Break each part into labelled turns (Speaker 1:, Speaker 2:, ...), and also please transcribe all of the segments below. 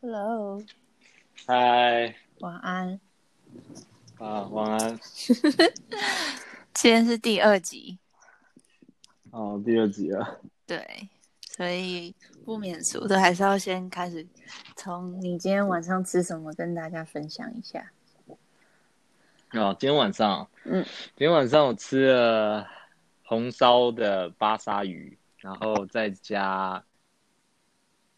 Speaker 1: Hello，
Speaker 2: 嗨
Speaker 1: 晚安。
Speaker 2: 啊，晚安
Speaker 1: 今天是第二集，
Speaker 2: 哦，第二集了，
Speaker 1: 对，所以不免俗的还是要先开始从你今天晚上吃什么跟大家分享一下。
Speaker 2: 哦，今天晚上，
Speaker 1: 嗯，
Speaker 2: 今天晚上我吃了红烧的巴沙鱼，然后再加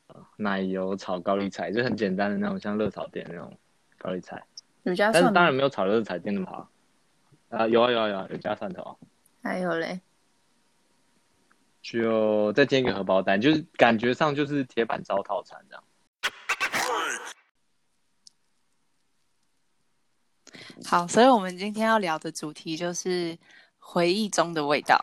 Speaker 2: 呃奶油炒高丽菜，就很简单的那种，像热炒店那种高丽菜，
Speaker 1: 有加
Speaker 2: 但是
Speaker 1: 蒜
Speaker 2: 当
Speaker 1: 吗？
Speaker 2: 然没有炒热炒店那么好。啊，有啊有啊有啊，有加蒜头啊，
Speaker 1: 还有嘞，
Speaker 2: 就再煎一个荷包蛋，就是感觉上就是铁板烧套餐这样。
Speaker 1: 好，所以我们今天要聊的主题就是回忆中的味道，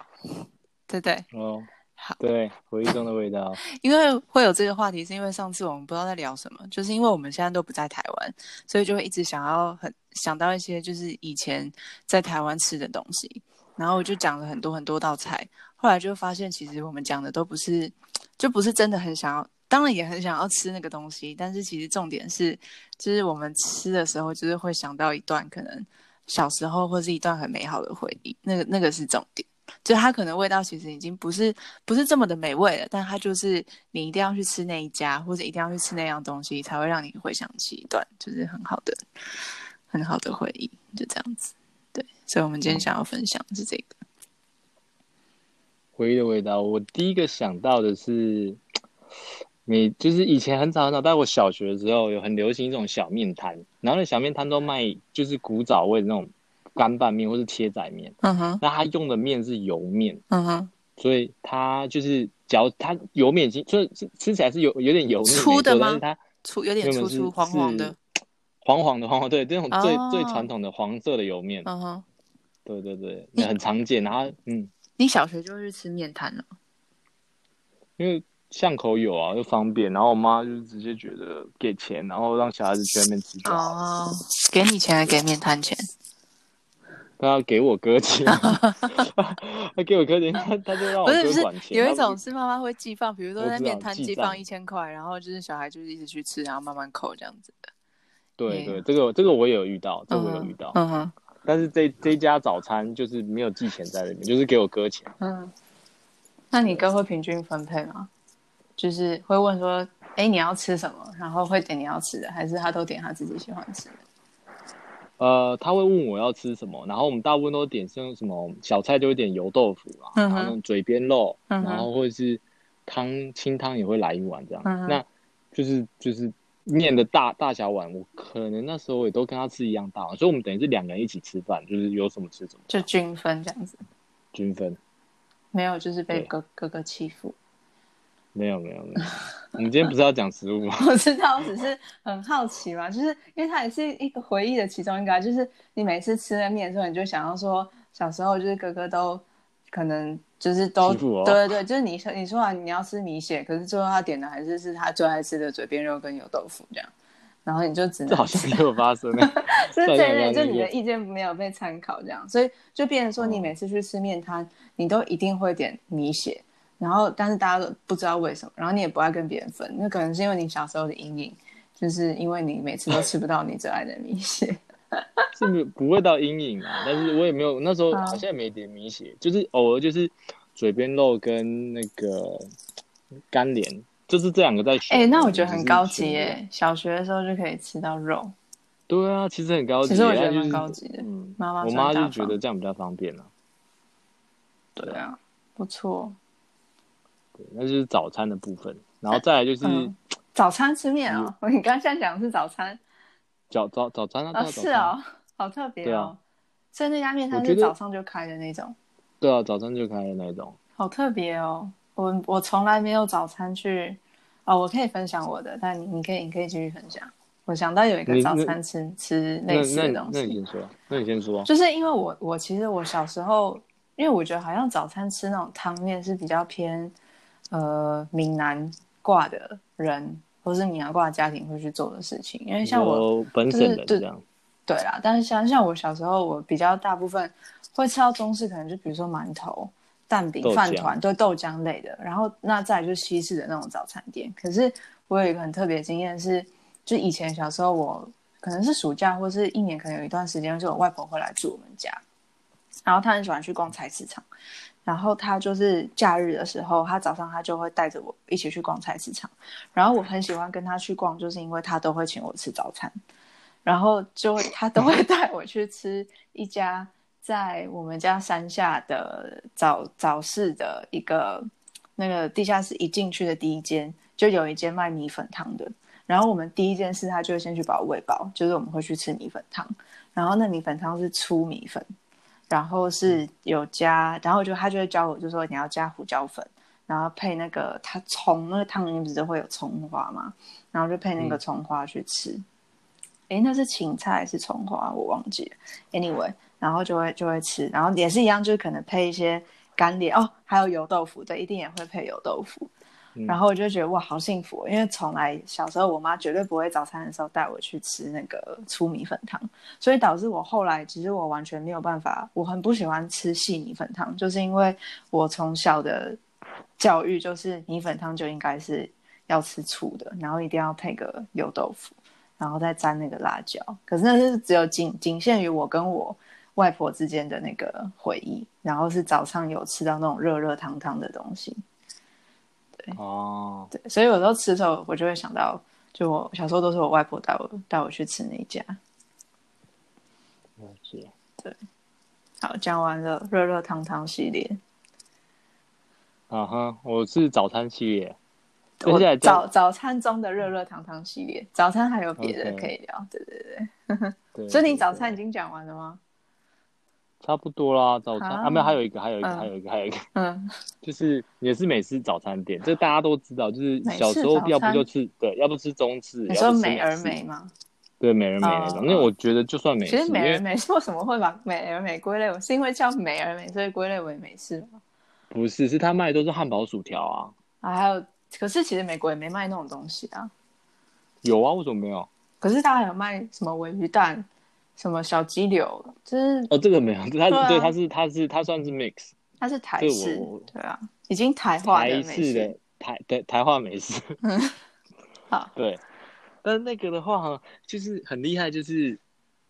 Speaker 1: 对不对？
Speaker 2: 哦，
Speaker 1: 好
Speaker 2: 对，回忆中的味道。
Speaker 1: 因为会有这个话题，是因为上次我们不知道在聊什么，就是因为我们现在都不在台湾，所以就会一直想要很想到一些就是以前在台湾吃的东西，然后我就讲了很多很多道菜，后来就发现其实我们讲的都不是，就不是真的很想要，当然也很想要吃那个东西，但是其实重点是，就是我们吃的时候就是会想到一段可能小时候或是一段很美好的回忆，那个那个是重点。就它可能味道其实已经不是不是这么的美味了，但它就是你一定要去吃那一家，或者一定要去吃那样东西，才会让你回想起一段就是很好的、很好的回忆，就这样子。对，所以我们今天想要分享的是这个。
Speaker 2: 回忆的味道，我第一个想到的是，你就是以前很早很早，在我小学的时候，有很流行一种小面摊，然后那小面摊都卖就是古早味的那种干拌面或是切仔面，
Speaker 1: 嗯哼，
Speaker 2: 那它用的面是油面，
Speaker 1: 嗯哼，
Speaker 2: 所以它就是嚼它油面已经，所以吃吃起来是有有点油腻没错
Speaker 1: 粗的吗
Speaker 2: 但是它
Speaker 1: 粗有点
Speaker 2: 原
Speaker 1: 粗
Speaker 2: 本是
Speaker 1: 粗黄黄的
Speaker 2: 是。黄黄的黄黄，对，这种最、
Speaker 1: 哦
Speaker 2: 最传统的黄色的油面，
Speaker 1: 嗯哼，
Speaker 2: 对对对，
Speaker 1: 你
Speaker 2: 很常见。然后嗯，
Speaker 1: 你小学就会去吃面摊了？
Speaker 2: 因为巷口有啊，又方便，然后我妈就直接觉得给钱，然后让小孩子去那边吃就好了。
Speaker 1: 哦，给你钱还给面摊钱？
Speaker 2: 她要给我哥 钱，她给我哥钱，她她就让我
Speaker 1: 不是不
Speaker 2: 哥
Speaker 1: 是
Speaker 2: 管，钱。
Speaker 1: 有一
Speaker 2: 她
Speaker 1: 种是妈妈会寄放，比如说
Speaker 2: 我
Speaker 1: 在
Speaker 2: 知
Speaker 1: 面
Speaker 2: 道
Speaker 1: 摊
Speaker 2: 寄
Speaker 1: 寄放
Speaker 2: 账
Speaker 1: 一千块，然后就是小孩就是一直去吃，然后慢慢扣这样子的。
Speaker 2: 对
Speaker 1: 也有
Speaker 2: 对，这个这个我也有遇到，
Speaker 1: 嗯
Speaker 2: 这个我有
Speaker 1: 哼
Speaker 2: 遇到。
Speaker 1: 嗯哼，
Speaker 2: 但是这这家早餐就是没有寄钱在里面，就是给我哥钱。
Speaker 1: 嗯，那你哥会平均分配吗？就是会问说，哎、你要吃什么？然后会点你要吃的，还是他都点他自己喜欢吃的？
Speaker 2: 呃，他会问我要吃什么，然后我们大部分都点像什么小菜就会点油豆腐啊，
Speaker 1: 嗯哼
Speaker 2: 然后那种嘴边肉，
Speaker 1: 嗯哼
Speaker 2: 然后或者是汤清汤也会来一碗这样。
Speaker 1: 嗯哼
Speaker 2: 那就是就是面的大大小碗，我可能那时候也都跟他吃一样大碗，所以我们等于是两个人一起吃饭，就是有什么吃什么，
Speaker 1: 就均分这样子，
Speaker 2: 均分。
Speaker 1: 没有就是被
Speaker 2: 对
Speaker 1: 哥哥哥欺负。
Speaker 2: 没有没有没有，我们今天不是要讲食物吗？
Speaker 1: 我知道，我只是很好奇嘛，就是因为它也是一个回忆的其中一个、啊，就是你每次吃了面的时候，你就想要说小时候就是哥哥都可能就是都
Speaker 2: 欺负我
Speaker 1: 对对对，就是你说你说啊完你要吃米血，可是最后他点的还是是他最爱吃的嘴边肉跟油豆腐这样，然后你就只
Speaker 2: 这
Speaker 1: 能
Speaker 2: 好像也有发生、欸。
Speaker 1: 所以这一类
Speaker 2: 对对对
Speaker 1: 就哦你的意见没有被参考，这样，所以就变成说你每次去吃面摊，你都一定会点米血，然后但是大家都不知道为什么，然后你也不爱跟别人分，那可能是因为你小时候的阴影，就是因为你每次都吃不到你最爱的米血。
Speaker 2: 是没有不会到阴影啊，但是我也没有那时候
Speaker 1: 啊
Speaker 2: 好像也没点米血，就是偶尔就是嘴边肉跟那个干莲，就是这两个在 选。
Speaker 1: 哎、那我觉得很高
Speaker 2: 就是
Speaker 1: 级
Speaker 2: 选
Speaker 1: 耶、小学的时候就可以吃到肉，
Speaker 2: 对啊，其实很高级，
Speaker 1: 其实我觉得
Speaker 2: 但就是
Speaker 1: 蛮高级的
Speaker 2: 嗯，
Speaker 1: 妈妈
Speaker 2: 我
Speaker 1: 算
Speaker 2: 妈
Speaker 1: 大
Speaker 2: 就
Speaker 1: 方
Speaker 2: 觉得这样比较方便啊。
Speaker 1: 对啊，不错。
Speaker 2: 对，那就是早餐的部分，然后再来就是
Speaker 1: 嗯早餐吃面 哦，你刚刚现在讲的是早餐
Speaker 2: 早早早餐啊，
Speaker 1: 啊、
Speaker 2: 对啊
Speaker 1: 是，
Speaker 2: 早餐
Speaker 1: 哦，好特别
Speaker 2: 对
Speaker 1: 哦
Speaker 2: 啊。
Speaker 1: 所以那家面摊
Speaker 2: 我
Speaker 1: 是
Speaker 2: 觉得
Speaker 1: 早上就开的那种。
Speaker 2: 对啊，早餐就开的那种。
Speaker 1: 好特别哦！我我从来没有早餐去，哦，我可以分享我的，但你你可以你可以继续分享。我想到有一个
Speaker 2: 你
Speaker 1: 早餐吃吃
Speaker 2: 那
Speaker 1: 类似
Speaker 2: 那
Speaker 1: 的
Speaker 2: 你
Speaker 1: 东
Speaker 2: 那你
Speaker 1: 西，
Speaker 2: 先说，那你先说。
Speaker 1: 就是因为我我其实我小时候，因为我觉得好像早餐吃那种汤面是比较偏呃闽南挂的人或是闽南挂的家庭会去做的事情，因为像我
Speaker 2: 有本省人
Speaker 1: 就是
Speaker 2: 这样，
Speaker 1: 对啦，但是像像我小时候，我比较大部分会吃到中式，可能就比如说馒头、蛋饼
Speaker 2: 豆、浆
Speaker 1: 饭团，对豆浆类的。然后那再来就是西式的那种早餐店。可是我有一个很特别的经验是，就以前小时候我可能是暑假或是一年，可能有一段时间，就我外婆会来住我们家，然后她很喜欢去逛菜市场，然后她就是假日的时候，她早上她就会带着我一起去逛菜市场，然后我很喜欢跟她去逛，就是因为她都会请我吃早餐，然后就会她都会带我去吃一家在我们家山下的早早市的一个那个地下室一进去的第一间，就有一间卖米粉汤的。然后我们第一件事，他就会先去把我喂饱，就是我们会去吃米粉汤。然后那米粉汤是粗米粉，然后是有加，然后就他就会教我，就说你要加胡椒粉，然后配那个他葱，那个汤里面不是会有葱花嘛，然后就配那个葱花去吃。诶，那是芹菜还是葱花？我忘记了。Anyway，然后就会就会吃，然后也是一样，就是可能配一些干碟哦，还有油豆腐，对，一定也会配油豆腐。然后我就觉得哇，好幸福哦！因为从来小时候我妈绝对不会早餐的时候带我去吃那个粗米粉汤，所以导致我后来其实我完全没有办法，我很不喜欢吃细米粉汤，就是因为我从小的教育就是米粉汤就应该是要吃醋的，然后一定要配个油豆腐，然后再沾那个辣椒。可是那是只有仅仅限于我跟我外婆之间的那个回忆，然后是早上有吃到那种热热汤汤的东西。
Speaker 2: 哦，
Speaker 1: 对，所以有时候吃的时候，我就会想到，就我小时候都是我外婆带我带我去吃那一家。
Speaker 2: 了解。
Speaker 1: 好，讲完了热热汤汤系列，
Speaker 2: 啊哈，我是早餐系列。接
Speaker 1: 我
Speaker 2: 下来再
Speaker 1: 早早餐中的热热汤汤系列，早餐还有别的
Speaker 2: OK
Speaker 1: 可以聊。对对对，
Speaker 2: 对
Speaker 1: 所以
Speaker 2: 对
Speaker 1: 你早餐已
Speaker 2: 对
Speaker 1: 经讲完了吗？
Speaker 2: 差不多啦，早餐
Speaker 1: 啊
Speaker 2: 啊，没有，还有一个，还有一个，
Speaker 1: 嗯
Speaker 2: 还有一个，还有一个，
Speaker 1: 嗯，
Speaker 2: 就是也是美式早餐店，这大家都知道，就是
Speaker 1: 美式
Speaker 2: 小时候
Speaker 1: 早餐
Speaker 2: 要不就吃，对，要不吃中式，
Speaker 1: 你
Speaker 2: 要
Speaker 1: 说
Speaker 2: 不吃
Speaker 1: 美而
Speaker 2: 式，
Speaker 1: 美吗？
Speaker 2: 对，美而美那
Speaker 1: 哦
Speaker 2: 种，因为我觉得就算美
Speaker 1: 其
Speaker 2: 式，
Speaker 1: 实
Speaker 2: 因
Speaker 1: 美而
Speaker 2: 为
Speaker 1: 美 为什么会把美而美归类为？是因为叫美而美，所以归类为美式吗？
Speaker 2: 不是，是他卖的都是汉堡薯条啊，
Speaker 1: 啊，还有，可是其实美国也没卖那种东西啊。
Speaker 2: 有啊，为什么没有？
Speaker 1: 可是他还有卖什么尾鱼蛋，什么小鸡柳，就是
Speaker 2: 哦，这个没有， 它
Speaker 1: 对啊
Speaker 2: 对，它是它是它算是 mix
Speaker 1: 它是台
Speaker 2: 对
Speaker 1: 式
Speaker 2: 我我，
Speaker 1: 对啊，已经台化的
Speaker 2: 台
Speaker 1: 美
Speaker 2: 式
Speaker 1: 食
Speaker 2: 的台对台化美式，
Speaker 1: 好，
Speaker 2: 对，但那个的话就是很厉害，就是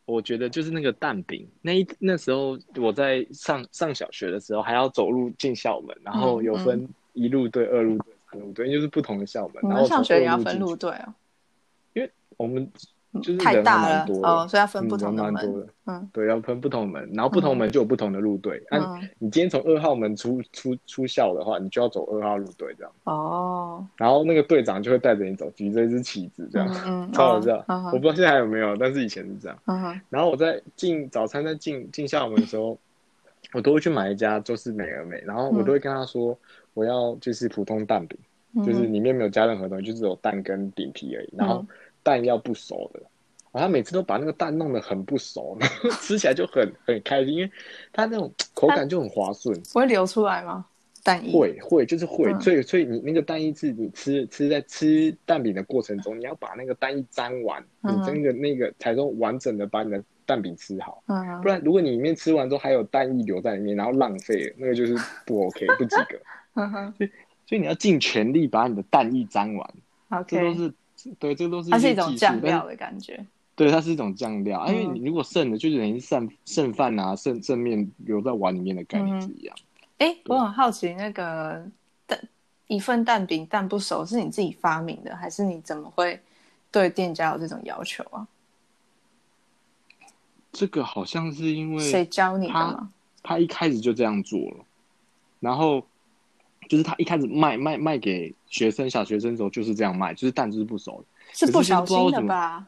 Speaker 2: 我觉得就是那个蛋饼，那一那时候我在上上小学的时候还要走路进校门，然
Speaker 1: 嗯
Speaker 2: 后有分一路队、二路队、三路队，就是不同的校门。
Speaker 1: 你
Speaker 2: 然后
Speaker 1: 们
Speaker 2: 我从
Speaker 1: 上学也
Speaker 2: 二
Speaker 1: 要
Speaker 2: 路
Speaker 1: 分
Speaker 2: 进去
Speaker 1: 路，队哦，嗯
Speaker 2: 我们就是
Speaker 1: 太
Speaker 2: 人还
Speaker 1: 大
Speaker 2: 蛮
Speaker 1: 了
Speaker 2: 多的
Speaker 1: 哦，所以要分
Speaker 2: 嗯
Speaker 1: 不同
Speaker 2: 人
Speaker 1: 的
Speaker 2: 蛮多
Speaker 1: 门。
Speaker 2: 的，
Speaker 1: 嗯
Speaker 2: 对，要分不同门，然后不同门就有不同的路队。那、
Speaker 1: 嗯，
Speaker 2: 你今天从二号门出出出校的话，你就要走二号路队这样，
Speaker 1: 哦，
Speaker 2: 然后那个队长就会带着你走，举着一支旗子这样。
Speaker 1: 嗯嗯，
Speaker 2: 超
Speaker 1: 哦
Speaker 2: 好笑，
Speaker 1: 嗯
Speaker 2: 我不
Speaker 1: 哼
Speaker 2: 知道现在还有没有，但是以前是这样。
Speaker 1: 嗯哼，
Speaker 2: 然后我在进早餐在进进校门的时候，我都会去买一家就是美而美，然后我都会跟他说、我要就是普通蛋饼，
Speaker 1: 嗯
Speaker 2: 就是里面没有加任何东西，就只有蛋跟饼皮而已，然后
Speaker 1: 嗯
Speaker 2: 蛋要不熟的。然后他每次都把那个蛋弄得很不熟，然后 吃起来就很很开心，因为它那种口感就很滑顺，
Speaker 1: 不会流出来吗？蛋液
Speaker 2: 会会就是会，
Speaker 1: 嗯
Speaker 2: 所以所以你那个蛋液是你吃吃在吃蛋饼的过程中，你要把那个蛋液沾完，你
Speaker 1: 嗯
Speaker 2: 真的那个才能完整的把你的蛋饼吃好。
Speaker 1: 嗯
Speaker 2: 不
Speaker 1: 哼
Speaker 2: 然，如果你里面吃完之后还有蛋液留在里面，然后浪费了，那个就是不 OK，不及格。
Speaker 1: 嗯哼
Speaker 2: 所以你要尽全力把你的蛋液沾完，这都
Speaker 1: ，OK，
Speaker 2: 是对，这都是
Speaker 1: 它是
Speaker 2: 些
Speaker 1: 一种
Speaker 2: 技术
Speaker 1: 酱，料
Speaker 2: 但是
Speaker 1: 的感觉，
Speaker 2: 对，它是一种酱料。啊，因为
Speaker 1: 嗯
Speaker 2: 你如果剩的，就等于是剩剩饭啊，剩剩面留在碗里面的概念是一样。
Speaker 1: 哎，我很好奇，那个蛋一份蛋饼蛋不熟是你自己发明的，还是你怎么会对店家有这种要求啊？
Speaker 2: 这个好像是因
Speaker 1: 谁
Speaker 2: 为
Speaker 1: 教你的
Speaker 2: 它
Speaker 1: 吗？
Speaker 2: 他一开始就这样做了，然后就是他一开始卖卖卖给学生小学生的时候就是这样卖，就是蛋就是不熟的。
Speaker 1: 是不小心
Speaker 2: 可是就是不知道为
Speaker 1: 的
Speaker 2: 什
Speaker 1: 吧？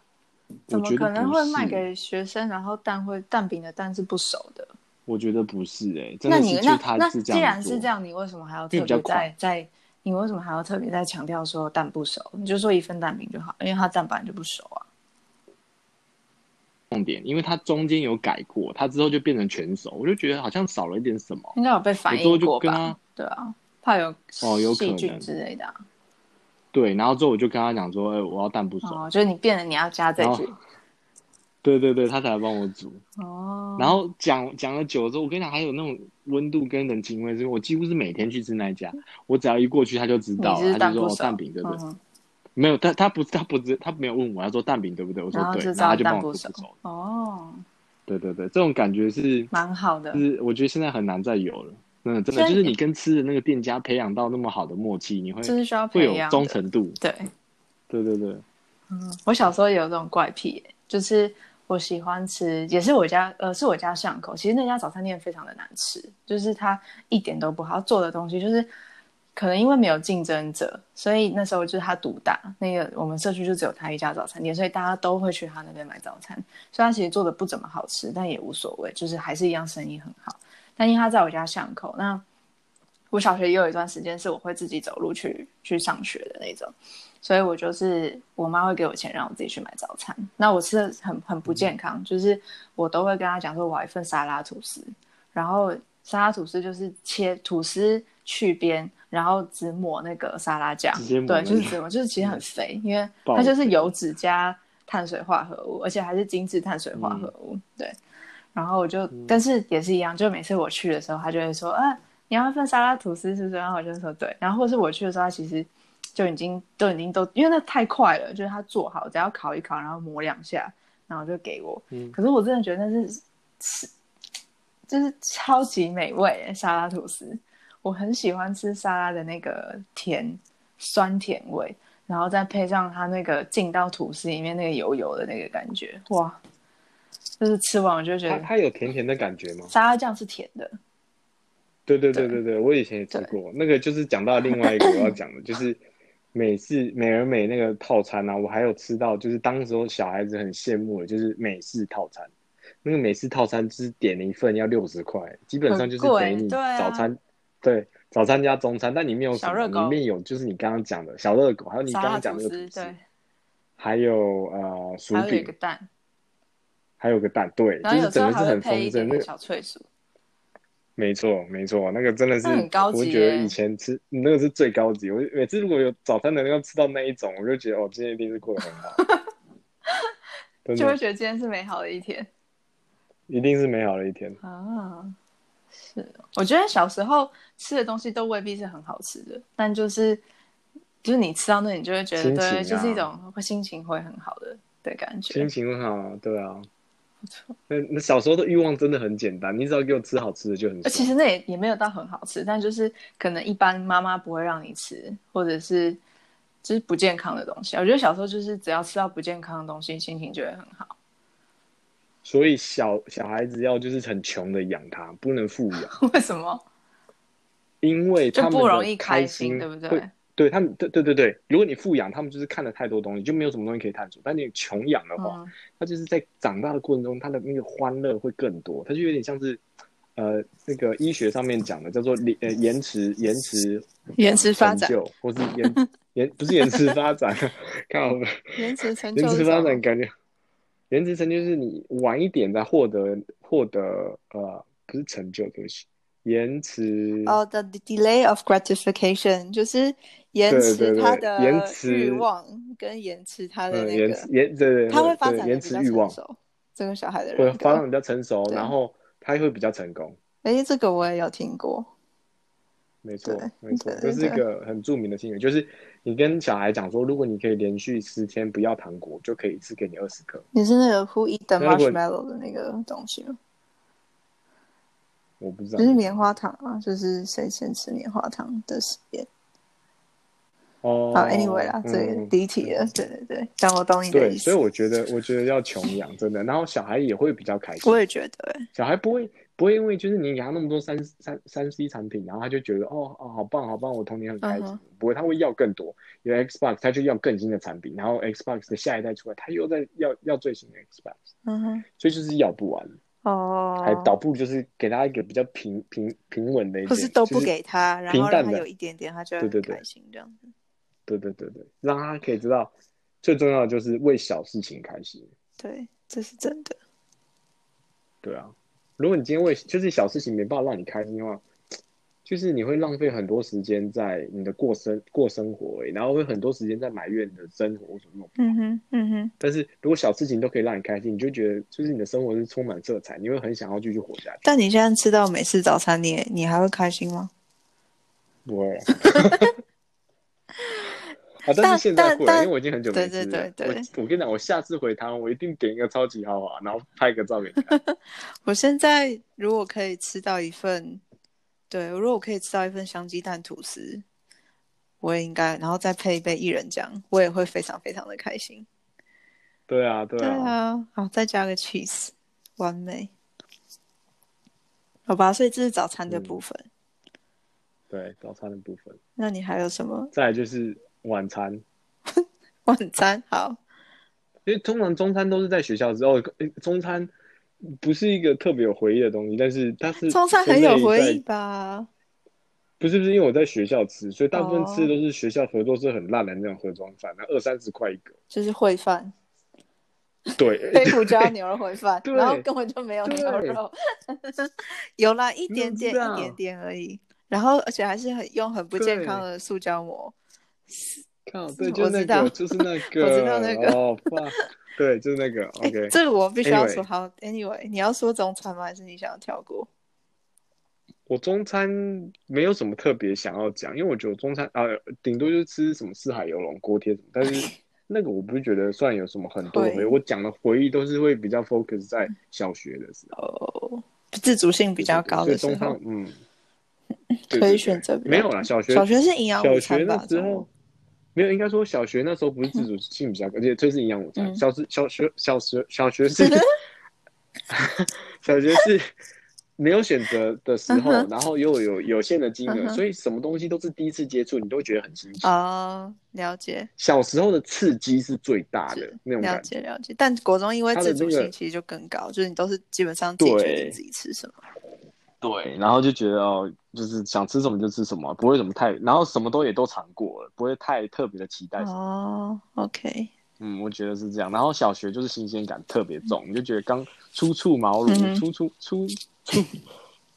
Speaker 1: 怎
Speaker 2: 我
Speaker 1: 么
Speaker 2: 觉得
Speaker 1: 可能
Speaker 2: 不
Speaker 1: 会
Speaker 2: 是
Speaker 1: 卖？给学生？然后蛋会蛋饼的蛋是不熟的。
Speaker 2: 我觉得不是哎、真
Speaker 1: 那
Speaker 2: 的
Speaker 1: 你
Speaker 2: 是就
Speaker 1: 那
Speaker 2: 是他
Speaker 1: 那
Speaker 2: 是这样
Speaker 1: 既然
Speaker 2: 做
Speaker 1: 是这，样，你为什么还要
Speaker 2: 因
Speaker 1: 特
Speaker 2: 为比较
Speaker 1: 别在在？你为什么还要特别在强调说蛋不熟？你就说一份蛋饼就好，因为它蛋本来就不熟啊。
Speaker 2: 重点，因为他中间有改过，他之后就变成全熟，我就觉得好像少了一点什么。
Speaker 1: 应该有被反
Speaker 2: 我
Speaker 1: 映
Speaker 2: 之
Speaker 1: 过
Speaker 2: 后就跟
Speaker 1: 吧
Speaker 2: 他？
Speaker 1: 对啊，怕有
Speaker 2: 哦有可
Speaker 1: 细菌
Speaker 2: 能
Speaker 1: 之类的、啊。
Speaker 2: 对，然后之后我就跟他讲说，哎、我要蛋不熟。
Speaker 1: 哦，就是你变了，你要加这句。
Speaker 2: 对对对，他才来帮我煮。
Speaker 1: 哦，
Speaker 2: 然后讲讲了久了之后，我跟你讲，还有那种温度跟人情味，是因为我几乎是每天去吃那一家，我只要一过去他就知道
Speaker 1: 你是
Speaker 2: 了，他
Speaker 1: 蛋
Speaker 2: 就说
Speaker 1: 不
Speaker 2: 哦
Speaker 1: 熟
Speaker 2: 蛋饼对不对？
Speaker 1: 嗯哼
Speaker 2: 没有，他他不他不知他没有问我，他说蛋饼对不对？我说
Speaker 1: 然后
Speaker 2: 对，
Speaker 1: 就
Speaker 2: 然
Speaker 1: 知
Speaker 2: 后他
Speaker 1: 道
Speaker 2: 就帮
Speaker 1: 蛋
Speaker 2: 我
Speaker 1: 不
Speaker 2: 做
Speaker 1: 熟
Speaker 2: 出手。
Speaker 1: 哦，
Speaker 2: 对对对，这种感觉是
Speaker 1: 蛮好的
Speaker 2: 就。是我觉得现在很难再有了，真的真的
Speaker 1: 所以
Speaker 2: 就是你跟吃的那个店家培养到那么好的默契，你会
Speaker 1: 这是需要
Speaker 2: 会
Speaker 1: 培
Speaker 2: 有
Speaker 1: 养
Speaker 2: 忠
Speaker 1: 的。
Speaker 2: 诚度。
Speaker 1: 对，
Speaker 2: 对对对，
Speaker 1: 嗯，我小时候也有这种怪癖耶、就是我喜欢吃，也是我家呃是我家巷口，其实那家早餐店非常的难吃，就是它一点都不好它做的东西，就是可能因为没有竞争者，所以那时候就是它独大，那个我们社区就只有它一家早餐店，所以大家都会去它那边买早餐，所以它其实做的不怎么好吃，但也无所谓，就是还是一样生意很好。但因为它在我家巷口，那我小学也有一段时间是我会自己走路去去上学的那种。所以我就是我妈会给我钱让我自己去买早餐。那我吃的很很不健康，就是我都会跟她讲说我要一份沙拉吐司，然后沙拉吐司就是切吐司去边，然后只抹那个沙拉酱
Speaker 2: 直接，抹
Speaker 1: 对，
Speaker 2: 那
Speaker 1: 就是
Speaker 2: 个嗯
Speaker 1: 只抹，就是其实很肥，因为
Speaker 2: 爆
Speaker 1: 它就是油脂加碳水化合物，而且还是精致碳水化合物，对。然后我就，但是也是一样，就每次我去的时候，他就会说，啊，你要一份沙拉吐司是不是？然后我就说对，然后或是我去的时候，他其实就已经都已经都，因为那太快了，就是他做好，只要烤一烤，然后磨两下，然后就给我。
Speaker 2: 嗯
Speaker 1: 可是我真的觉得那是是就是超级美味耶沙拉吐司，我很喜欢吃沙拉的那个甜酸甜味，然后再配上它那个进到吐司里面那个油油的那个感觉，哇！就是吃完我就觉
Speaker 2: 它
Speaker 1: 得
Speaker 2: 它有甜甜的感觉吗？
Speaker 1: 沙拉酱是甜的，
Speaker 2: 对对对
Speaker 1: 对
Speaker 2: 对对，我以前也吃过，那个就是讲到另外一个我要讲的，就是 美式美而美那个套餐啊，我还有吃到，就是当时候小孩子很羡慕的，就是美式套餐。那个美式套餐就是点了一份要六十块，基本上就是
Speaker 1: 很贵
Speaker 2: 给你
Speaker 1: 对啊
Speaker 2: 早餐，对早餐加中餐，但里面有什
Speaker 1: 小热
Speaker 2: 么？
Speaker 1: 狗
Speaker 2: 里面有就是你刚刚讲的小热狗，还有你
Speaker 1: 沙
Speaker 2: 刚
Speaker 1: 拉
Speaker 2: 刚讲
Speaker 1: 吐
Speaker 2: 的那个
Speaker 1: 司
Speaker 2: 吐司
Speaker 1: 对，
Speaker 2: 还有呃薯
Speaker 1: 还有一
Speaker 2: 饼
Speaker 1: 个，蛋，
Speaker 2: 还有个蛋，对，
Speaker 1: 然后
Speaker 2: 就是
Speaker 1: 有时
Speaker 2: 整
Speaker 1: 候
Speaker 2: 个
Speaker 1: 还
Speaker 2: 是
Speaker 1: 会
Speaker 2: 很
Speaker 1: 配一点
Speaker 2: 丰盛，那
Speaker 1: 点
Speaker 2: 个
Speaker 1: 小脆薯，
Speaker 2: 没错，没错，那个真的是，
Speaker 1: 那很高级
Speaker 2: 我觉得
Speaker 1: 耶
Speaker 2: 以前吃那个是最高级。我每次如果有早餐能够吃到那一种，我就觉得哦，今天一定是过得很 好，真
Speaker 1: 就会
Speaker 2: 的
Speaker 1: 觉得今天是美好的一天
Speaker 2: 一定是美好的一天。
Speaker 1: 啊。是，我觉得小时候吃的东西都未必是很好吃的，但就是就是你吃到那，你就会觉得
Speaker 2: 心情啊
Speaker 1: 对，就是一种会心情会很好的的感觉
Speaker 2: 心。情很好，对啊。
Speaker 1: 不错，
Speaker 2: 那那小时候的欲望真的很简单，你只要给我吃好吃的就很
Speaker 1: 呃其
Speaker 2: 爽。
Speaker 1: 实那也也没有到很好吃，但就是可能一般妈妈不会让你吃，或者是就是不健康的东西。我觉得小时候就是只要吃到不健康的东西，心情就会很好。
Speaker 2: 所以小小孩子要就是很穷的养他，不能富养，
Speaker 1: 为什么？
Speaker 2: 因为
Speaker 1: 就
Speaker 2: 他们
Speaker 1: 不
Speaker 2: 的
Speaker 1: 容易
Speaker 2: 开
Speaker 1: 开心，对不嗯
Speaker 2: 会
Speaker 1: 对？
Speaker 2: 对他们，对对对对，如果你富养，他们就是看了太多东西，就没有什么东西可以探索。但你穷养的话，
Speaker 1: 嗯，
Speaker 2: 他就是在长大的过程中，他的那个欢乐会更多，他就有点像是，呃，那个医学上面讲的叫做延呃延迟延迟
Speaker 1: 延迟发展
Speaker 2: 成就，或是 延延不是延迟发展， 看我们
Speaker 1: 延迟成就
Speaker 2: 延
Speaker 1: 是
Speaker 2: 迟
Speaker 1: 什
Speaker 2: 发
Speaker 1: 么
Speaker 2: 展感觉，延迟成就是你晚一点才获得获得呃不是成就，对不起，延迟
Speaker 1: 哦、t h e delay of gratification 就是延
Speaker 2: 对
Speaker 1: 迟
Speaker 2: 对对
Speaker 1: 他的
Speaker 2: 延迟
Speaker 1: 欲望，跟延迟他的
Speaker 2: 嗯
Speaker 1: 那
Speaker 2: 延
Speaker 1: 个，
Speaker 2: 迟延对对
Speaker 1: 他会发
Speaker 2: 对
Speaker 1: 展的
Speaker 2: 延
Speaker 1: 比
Speaker 2: 迟
Speaker 1: 较
Speaker 2: 欲望
Speaker 1: 成，熟。这个小孩的
Speaker 2: 会
Speaker 1: 人
Speaker 2: 发
Speaker 1: 格
Speaker 2: 展，比较成熟，
Speaker 1: 对
Speaker 2: 然后他会比较成功。
Speaker 1: 哎，这个我也有听过。
Speaker 2: 没错
Speaker 1: 对，
Speaker 2: 没错，
Speaker 1: 对
Speaker 2: 这是一
Speaker 1: 对
Speaker 2: 个很著名的心理，就是你跟小孩讲说，如果你可以连续十天不要糖果，就可以一次给你二十颗。
Speaker 1: 你是那个 Who Eat the
Speaker 2: 那如果
Speaker 1: Marshmallow 的那个东西吗？
Speaker 2: 我不知道
Speaker 1: 就，是棉花糖啊，就是谁先吃棉花糖的实验。
Speaker 2: 哦
Speaker 1: 好，Anyway 啦，这个
Speaker 2: 嗯，
Speaker 1: 离题了。对对对，但我懂你的
Speaker 2: 对，
Speaker 1: 意
Speaker 2: 所
Speaker 1: 思。
Speaker 2: 以我觉得，我觉得要穷养，真的，然后小孩也会比较开心
Speaker 1: 我，也觉得，哎
Speaker 2: 小孩不会不会因为就是你给他那么多三三三 C 产品，然后他就觉得哦哦好棒好棒，我童年很开心
Speaker 1: 嗯哼
Speaker 2: 不会，他会要更多，有 Xbox 他就要更新的产品，然后 Xbox 的下一代出来，他又在要要最新的 Xbox，
Speaker 1: 嗯哼，
Speaker 2: 所以就是要不完。
Speaker 1: 哦，
Speaker 2: 还倒不如就是给他一个比较平平平稳的一
Speaker 1: 或
Speaker 2: 点，
Speaker 1: 是都
Speaker 2: 就
Speaker 1: 不
Speaker 2: 是
Speaker 1: 给他，然
Speaker 2: 平
Speaker 1: 后让
Speaker 2: 淡
Speaker 1: 他
Speaker 2: 的
Speaker 1: 有一点点，他就会
Speaker 2: 对
Speaker 1: 很
Speaker 2: 对对
Speaker 1: 开心这样子。
Speaker 2: 对对对对，让他可以知道最重要的就是为小事情开心，
Speaker 1: 对，这是真的。
Speaker 2: 对啊。如果你今天为就是小事情没办法让你开心的话，就是你会浪费很多时间在你的过生过生活而已，然后会很多时间在埋怨你的生活为什么那么
Speaker 1: 嗯哼，嗯哼，
Speaker 2: 但是如果小事情都可以让你开心，你就觉得就是你的生活是充满色彩，你会很想要继续活下去。
Speaker 1: 但你现在吃到美式早餐，你也 你还会开心吗？
Speaker 2: 不会啊。啊，但
Speaker 1: 但
Speaker 2: 是现在
Speaker 1: 但
Speaker 2: 会了，
Speaker 1: 但
Speaker 2: 因为我已经很久没
Speaker 1: 对
Speaker 2: 吃
Speaker 1: 对
Speaker 2: 了。
Speaker 1: 对对
Speaker 2: 我我跟你讲，我下次回台湾，我一定点一个超级豪华，然后拍个照给 你看。
Speaker 1: 我现在如果可以吃到一份，对，如果我可以吃到一份香鸡蛋吐司，我也应该，然后再配一杯薏仁酱，我也会非常非常的开心。
Speaker 2: 对啊，对
Speaker 1: 对
Speaker 2: 啊，
Speaker 1: 啊，好，再加个 cheese，完美。好吧，所以这是早餐的
Speaker 2: 嗯
Speaker 1: 部分。
Speaker 2: 对早餐的部分，
Speaker 1: 那你还有什么
Speaker 2: 再来就是晚餐，
Speaker 1: 晚餐？好，
Speaker 2: 因为通常中餐都是在学校之后，诶中餐不是一个特别有回忆的东西，但是它是
Speaker 1: 中餐很
Speaker 2: 分类
Speaker 1: 有回忆
Speaker 2: 在，
Speaker 1: 吧？
Speaker 2: 不是不是因为我在学校吃，所以大部分
Speaker 1: 哦
Speaker 2: 吃的都是学校合作社很烂的那种盒装饭，那二三十块一个，
Speaker 1: 就是烩饭，
Speaker 2: 对，
Speaker 1: 黑胡椒牛肉烩饭，
Speaker 2: 对
Speaker 1: 然后根本就没有牛肉，有啦，一点点，
Speaker 2: 没有知道
Speaker 1: 一点点而已。然后而且还是很用很不健康的塑胶膜，
Speaker 2: 靠，对，
Speaker 1: 我
Speaker 2: 就是那
Speaker 1: 知道
Speaker 2: 个， 就是那个，
Speaker 1: 我知道那个
Speaker 2: 哦，fuck，对，就是那个
Speaker 1: 哎、
Speaker 2: ，OK，
Speaker 1: 这个我必须要
Speaker 2: Anyway
Speaker 1: 说。好，Anyway，你要说中餐吗？还是你想要跳过？
Speaker 2: 我中餐没有什么特别想要讲，因为我觉得我中餐啊，顶多就是吃什么四海游龙锅贴什么，但 是那个我不觉得算有什么很多的回
Speaker 1: 会
Speaker 2: 忆。我讲的回忆都是会比较 focus 在小学的时候，
Speaker 1: 哦，自主性比较高
Speaker 2: 所
Speaker 1: 的
Speaker 2: 以
Speaker 1: 时
Speaker 2: 中餐
Speaker 1: 候，
Speaker 2: 嗯，
Speaker 1: 可
Speaker 2: 对对
Speaker 1: 以选择比较
Speaker 2: 没有啦，小学
Speaker 1: 小学是营养午
Speaker 2: 小学
Speaker 1: 餐
Speaker 2: 那
Speaker 1: 吧？
Speaker 2: 时候没有，应该说小学那时候不是自主性比较高，而且这是营养午餐。
Speaker 1: 嗯
Speaker 2: 小时小学小学小学是 小学是没有选择的时候，
Speaker 1: 嗯哼
Speaker 2: 然后又有有限的金
Speaker 1: 嗯
Speaker 2: 额，
Speaker 1: 哼
Speaker 2: 所以什么东西都是第一次接触，你都会觉得很新奇。
Speaker 1: 哦，了解，
Speaker 2: 小时候的刺激是最大的
Speaker 1: 是
Speaker 2: 那种
Speaker 1: 了
Speaker 2: 感觉。
Speaker 1: 解了解。但国中因为
Speaker 2: 它的
Speaker 1: 自主
Speaker 2: 那个
Speaker 1: 性其实就更高，就是你都是基本上自己决定
Speaker 2: 对
Speaker 1: 自己吃什么。
Speaker 2: 对，然后就觉得哦，就是想吃什么就吃什么，不会什么太，然后什么都也都尝过了，不会太特别的期待
Speaker 1: 哦，OK，
Speaker 2: 嗯，我觉得是这样。然后小学就是新鲜感特别重，你就觉得刚初出茅
Speaker 1: 嗯
Speaker 2: 庐，
Speaker 1: 哼
Speaker 2: 初出初初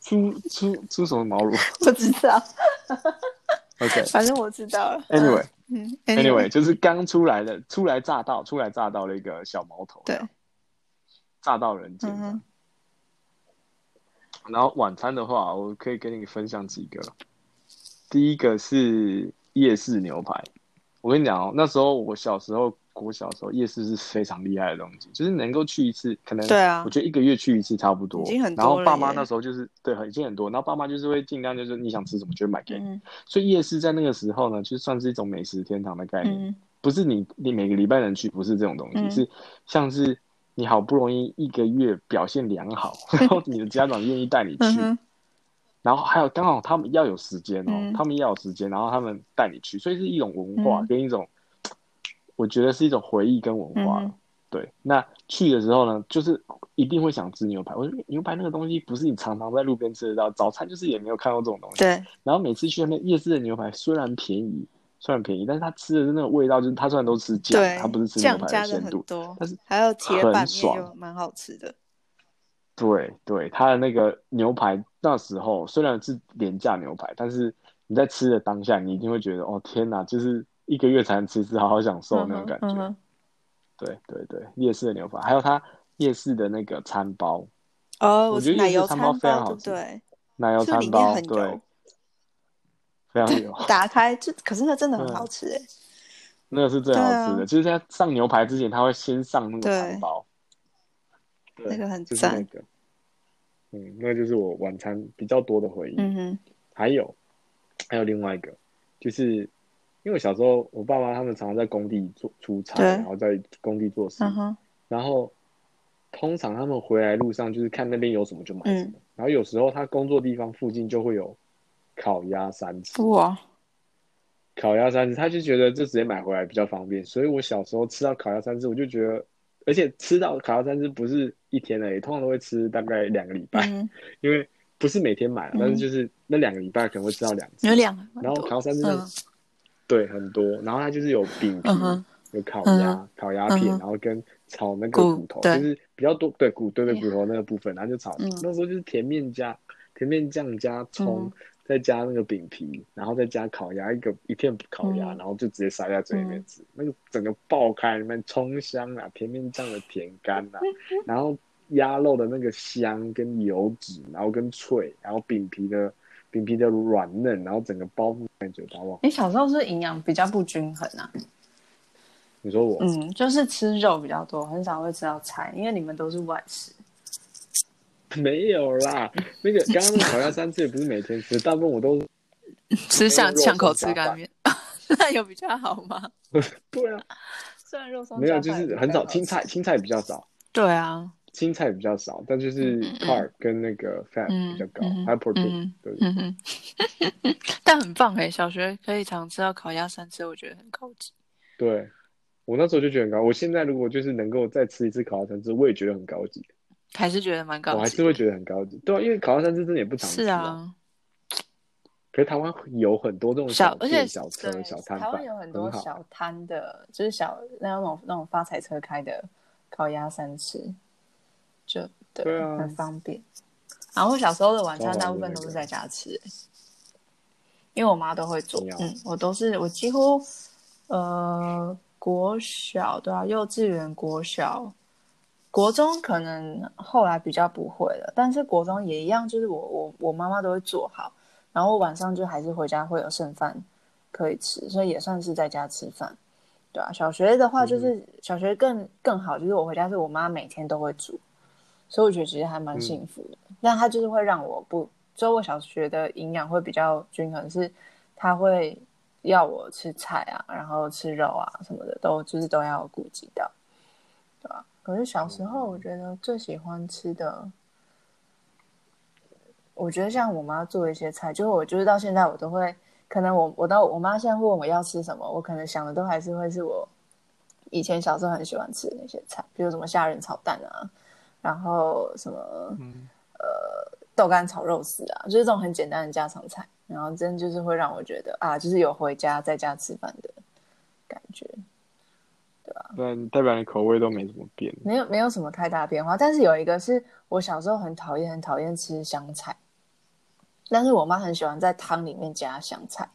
Speaker 2: 初初出什么茅庐
Speaker 1: 不知道，
Speaker 2: ？OK，Anyway，Anyway，、
Speaker 1: 反正我知道了。 嗯
Speaker 2: anyway，就是刚出来的，初来乍到，初来乍到的一个小毛头，
Speaker 1: 对，
Speaker 2: 乍到人间
Speaker 1: 嗯。哼，
Speaker 2: 然后晚餐的话，我可以跟你分享几个。第一个是夜市牛排，我跟你讲哦，那时候我小时候，我小时候夜市是非常厉害的东西，就是能够去一次，可能
Speaker 1: 对啊
Speaker 2: 我觉得一个月去一次差不多，
Speaker 1: 已经很多
Speaker 2: 然后爸妈
Speaker 1: 了耶
Speaker 2: 那时候就是对，已经很多，然后爸妈就是会尽量就是你想吃什么就会买给你，
Speaker 1: 嗯
Speaker 2: 所以夜市在那个时候呢，就算是一种美食天堂的概念。
Speaker 1: 嗯，
Speaker 2: 不是你你每个礼拜能去，不是这种东西，
Speaker 1: 嗯
Speaker 2: 是像是你好不容易一个月表现良好，然后你的家长愿意带你
Speaker 1: 嗯
Speaker 2: 去，
Speaker 1: 哼，
Speaker 2: 然后还有刚好他们要有时间哦，
Speaker 1: 嗯
Speaker 2: 他们要有时间，然后他们带你去，所以是一种文化
Speaker 1: 嗯
Speaker 2: 跟一种，我觉得是一种回忆跟文化了。
Speaker 1: 嗯哼
Speaker 2: 对，那去的时候呢，就是一定会想吃牛排。我说牛排那个东西不是你常常在路边吃得到，早餐就是也没有看到这种东西。
Speaker 1: 对，
Speaker 2: 然后每次去那边夜市的牛排虽然便宜，虽然便宜，但是它吃的那个味道，就是它虽然都吃酱
Speaker 1: 对，，
Speaker 2: 它不是吃牛
Speaker 1: 酱
Speaker 2: 排
Speaker 1: 加的
Speaker 2: 鲜
Speaker 1: 很
Speaker 2: 度。
Speaker 1: 多
Speaker 2: 但是，
Speaker 1: 还有铁板
Speaker 2: 很
Speaker 1: 面
Speaker 2: 爽
Speaker 1: 就蛮好吃的。
Speaker 2: 对对，它的那个牛排那时候虽然是廉价牛排，但是你在吃的当下，你一定会觉得哦天哪，就是一个月才能吃一次，好好享受
Speaker 1: 嗯
Speaker 2: 那种
Speaker 1: 哼，
Speaker 2: 感
Speaker 1: 嗯
Speaker 2: 觉。
Speaker 1: 哼，
Speaker 2: 对对对，夜市的牛排，还有它夜市的那个餐包，
Speaker 1: 哦，
Speaker 2: 我
Speaker 1: 我
Speaker 2: 觉得
Speaker 1: 奶
Speaker 2: 夜市
Speaker 1: 油
Speaker 2: 餐包
Speaker 1: 餐
Speaker 2: 非常
Speaker 1: 包对
Speaker 2: 好
Speaker 1: 不
Speaker 2: 吃
Speaker 1: 对？
Speaker 2: 奶油
Speaker 1: 是不是
Speaker 2: 餐
Speaker 1: 里面
Speaker 2: 包，
Speaker 1: 很
Speaker 2: 对
Speaker 1: 油，，
Speaker 2: 非常有。
Speaker 1: 打开就可是那真的很
Speaker 2: 嗯
Speaker 1: 好吃哎。
Speaker 2: 那个是最好吃
Speaker 1: 对
Speaker 2: 的，
Speaker 1: 啊
Speaker 2: 就是在上牛排之前，他会先上那个
Speaker 1: 对
Speaker 2: 餐包，对
Speaker 1: 那个很
Speaker 2: 就是那
Speaker 1: 赞
Speaker 2: 个，嗯，那就是我晚餐比较多的回忆。
Speaker 1: 嗯哼，
Speaker 2: 还有，还有另外一个，就是因为我小时候我爸妈他们常常在工地做出差，
Speaker 1: 对
Speaker 2: 然后在工地做事，
Speaker 1: 嗯哼，
Speaker 2: 然后通常他们回来路上就是看那边有什么就买
Speaker 1: 嗯
Speaker 2: 什么，然后有时候他工作地方附近就会有烤鸭三吃，
Speaker 1: 哇，
Speaker 2: 烤鸭三只，他就觉得就直接买回来比较方便，所以我小时候吃到烤鸭三只，我就觉得，而且吃到烤鸭三只不是一天而已，通常都会吃大概两个礼拜，
Speaker 1: 嗯，
Speaker 2: 因为不是每天买啊，
Speaker 1: 嗯
Speaker 2: 但是就是那两个礼拜可能会吃到两次
Speaker 1: 有，两个蛮
Speaker 2: 然后
Speaker 1: 多
Speaker 2: 烤鸭三只呢，
Speaker 1: 嗯
Speaker 2: 对，很多，然后它就是有饼皮，
Speaker 1: 嗯哼，
Speaker 2: 有烤
Speaker 1: 嗯
Speaker 2: 鸭、烤鸭片，
Speaker 1: 嗯哼
Speaker 2: 然后跟炒那个
Speaker 1: 骨
Speaker 2: 骨头，
Speaker 1: 对哎
Speaker 2: 就是比较多对骨对对
Speaker 1: 呀
Speaker 2: 骨头那个部分，然后就炒。
Speaker 1: 嗯
Speaker 2: 那时候就是甜面加甜面酱加葱
Speaker 1: 嗯，
Speaker 2: 再加那个饼皮，然后再加烤鸭一个一片烤鸭，
Speaker 1: 嗯
Speaker 2: 然后就直接塞在嘴里面吃，那个整个爆开，里面葱香啊，甜面酱的甜干 啊，然后鸭肉的那个香跟油脂，然后跟脆，然后饼皮的饼皮的软嫩，然后整个包覆在嘴巴哇！
Speaker 1: 你小时候是不是营养比较不均衡啊？
Speaker 2: 你说我，
Speaker 1: 嗯，就是吃肉比较多，很少会吃到菜，因为你们都是外食。
Speaker 2: 没有啦，那个刚刚那个烤鸭三次也不是每天吃，大部分我都
Speaker 1: 吃
Speaker 2: 像
Speaker 1: 像
Speaker 2: 呛
Speaker 1: 呛
Speaker 2: 口
Speaker 1: 口
Speaker 2: 吃
Speaker 1: 吃
Speaker 2: 干
Speaker 1: 干面， 那有比较好吗？
Speaker 2: 对啊，
Speaker 1: 虽然肉松
Speaker 2: 没有
Speaker 1: 加
Speaker 2: 就
Speaker 1: 饭
Speaker 2: 是
Speaker 1: 也
Speaker 2: 很
Speaker 1: 比较
Speaker 2: 少
Speaker 1: 好
Speaker 2: 青
Speaker 1: 吃。
Speaker 2: 菜，青菜比较少，
Speaker 1: 对啊，
Speaker 2: 青菜比较少，但就是
Speaker 1: 嗯嗯
Speaker 2: carb 跟那个 fat
Speaker 1: 嗯
Speaker 2: 比较高，
Speaker 1: 嗯
Speaker 2: 还有 protein，
Speaker 1: 嗯
Speaker 2: 对，
Speaker 1: 嗯哼， 但很棒哎、小学可以常吃到烤鸭三吃，我觉得很高级。
Speaker 2: 对。我那时候就觉得很高，我现在如果就是能够再吃一次烤鸭三只，我也觉得很高级，
Speaker 1: 还是觉得蛮
Speaker 2: 我
Speaker 1: 高
Speaker 2: 还
Speaker 1: 级
Speaker 2: 是会觉得很高级。对啊，因为烤鸭三只真的也不常
Speaker 1: 是
Speaker 2: 吃
Speaker 1: 啊，
Speaker 2: 可是台湾有很多这种
Speaker 1: 小而且
Speaker 2: 店、小车、
Speaker 1: 对
Speaker 2: 小摊
Speaker 1: 台
Speaker 2: 贩，
Speaker 1: 湾有很多
Speaker 2: 好
Speaker 1: 小摊的，就是小那种那种发财车开的烤鸭三吃，就对
Speaker 2: 对啊
Speaker 1: 很方便。然后我小时候的晚
Speaker 2: 超
Speaker 1: 餐
Speaker 2: 好
Speaker 1: 大
Speaker 2: 的
Speaker 1: 部分
Speaker 2: 那
Speaker 1: 都是
Speaker 2: 个
Speaker 1: 在家吃、欸因为我妈都会做
Speaker 2: 你啊。
Speaker 1: 嗯，我都是我几乎呃国小对啊，幼稚园、国小、国中可能后来比较不会了，但是国中也一样，就是我我我妈妈都会做好，然后晚上就还是回家会有剩饭可以吃，所以也算是在家吃饭。对啊，小学的话就是、小学更更好，就是我回家是我妈每天都会煮，所以我觉得其实还蛮
Speaker 2: 嗯
Speaker 1: 幸福的。但它就是会让我不，所以我小学的营养会比较均衡，是它会要我吃菜啊，然后吃肉啊什么的，都就是都要顾及到，对吧、可是小时候我觉得最喜欢吃的，我觉得像我妈做一些菜，就是我就是到现在我都会，可能我我到我妈现在问我要吃什么，我可能想的都还是会是我以前小时候很喜欢吃的那些菜，比如什么虾仁炒蛋啊，然后什么
Speaker 2: 嗯
Speaker 1: 豆干炒肉丝啊，就是这种很简单的家常菜，然后真的就是会让我觉得啊，就是有回家在家吃饭的感觉，
Speaker 2: 那代表你口味都没怎么 变。
Speaker 1: 没有没有什么太大变化。但是有一个是我小时候很讨厌很讨厌吃香菜，但是我妈很喜欢在汤里面加香菜。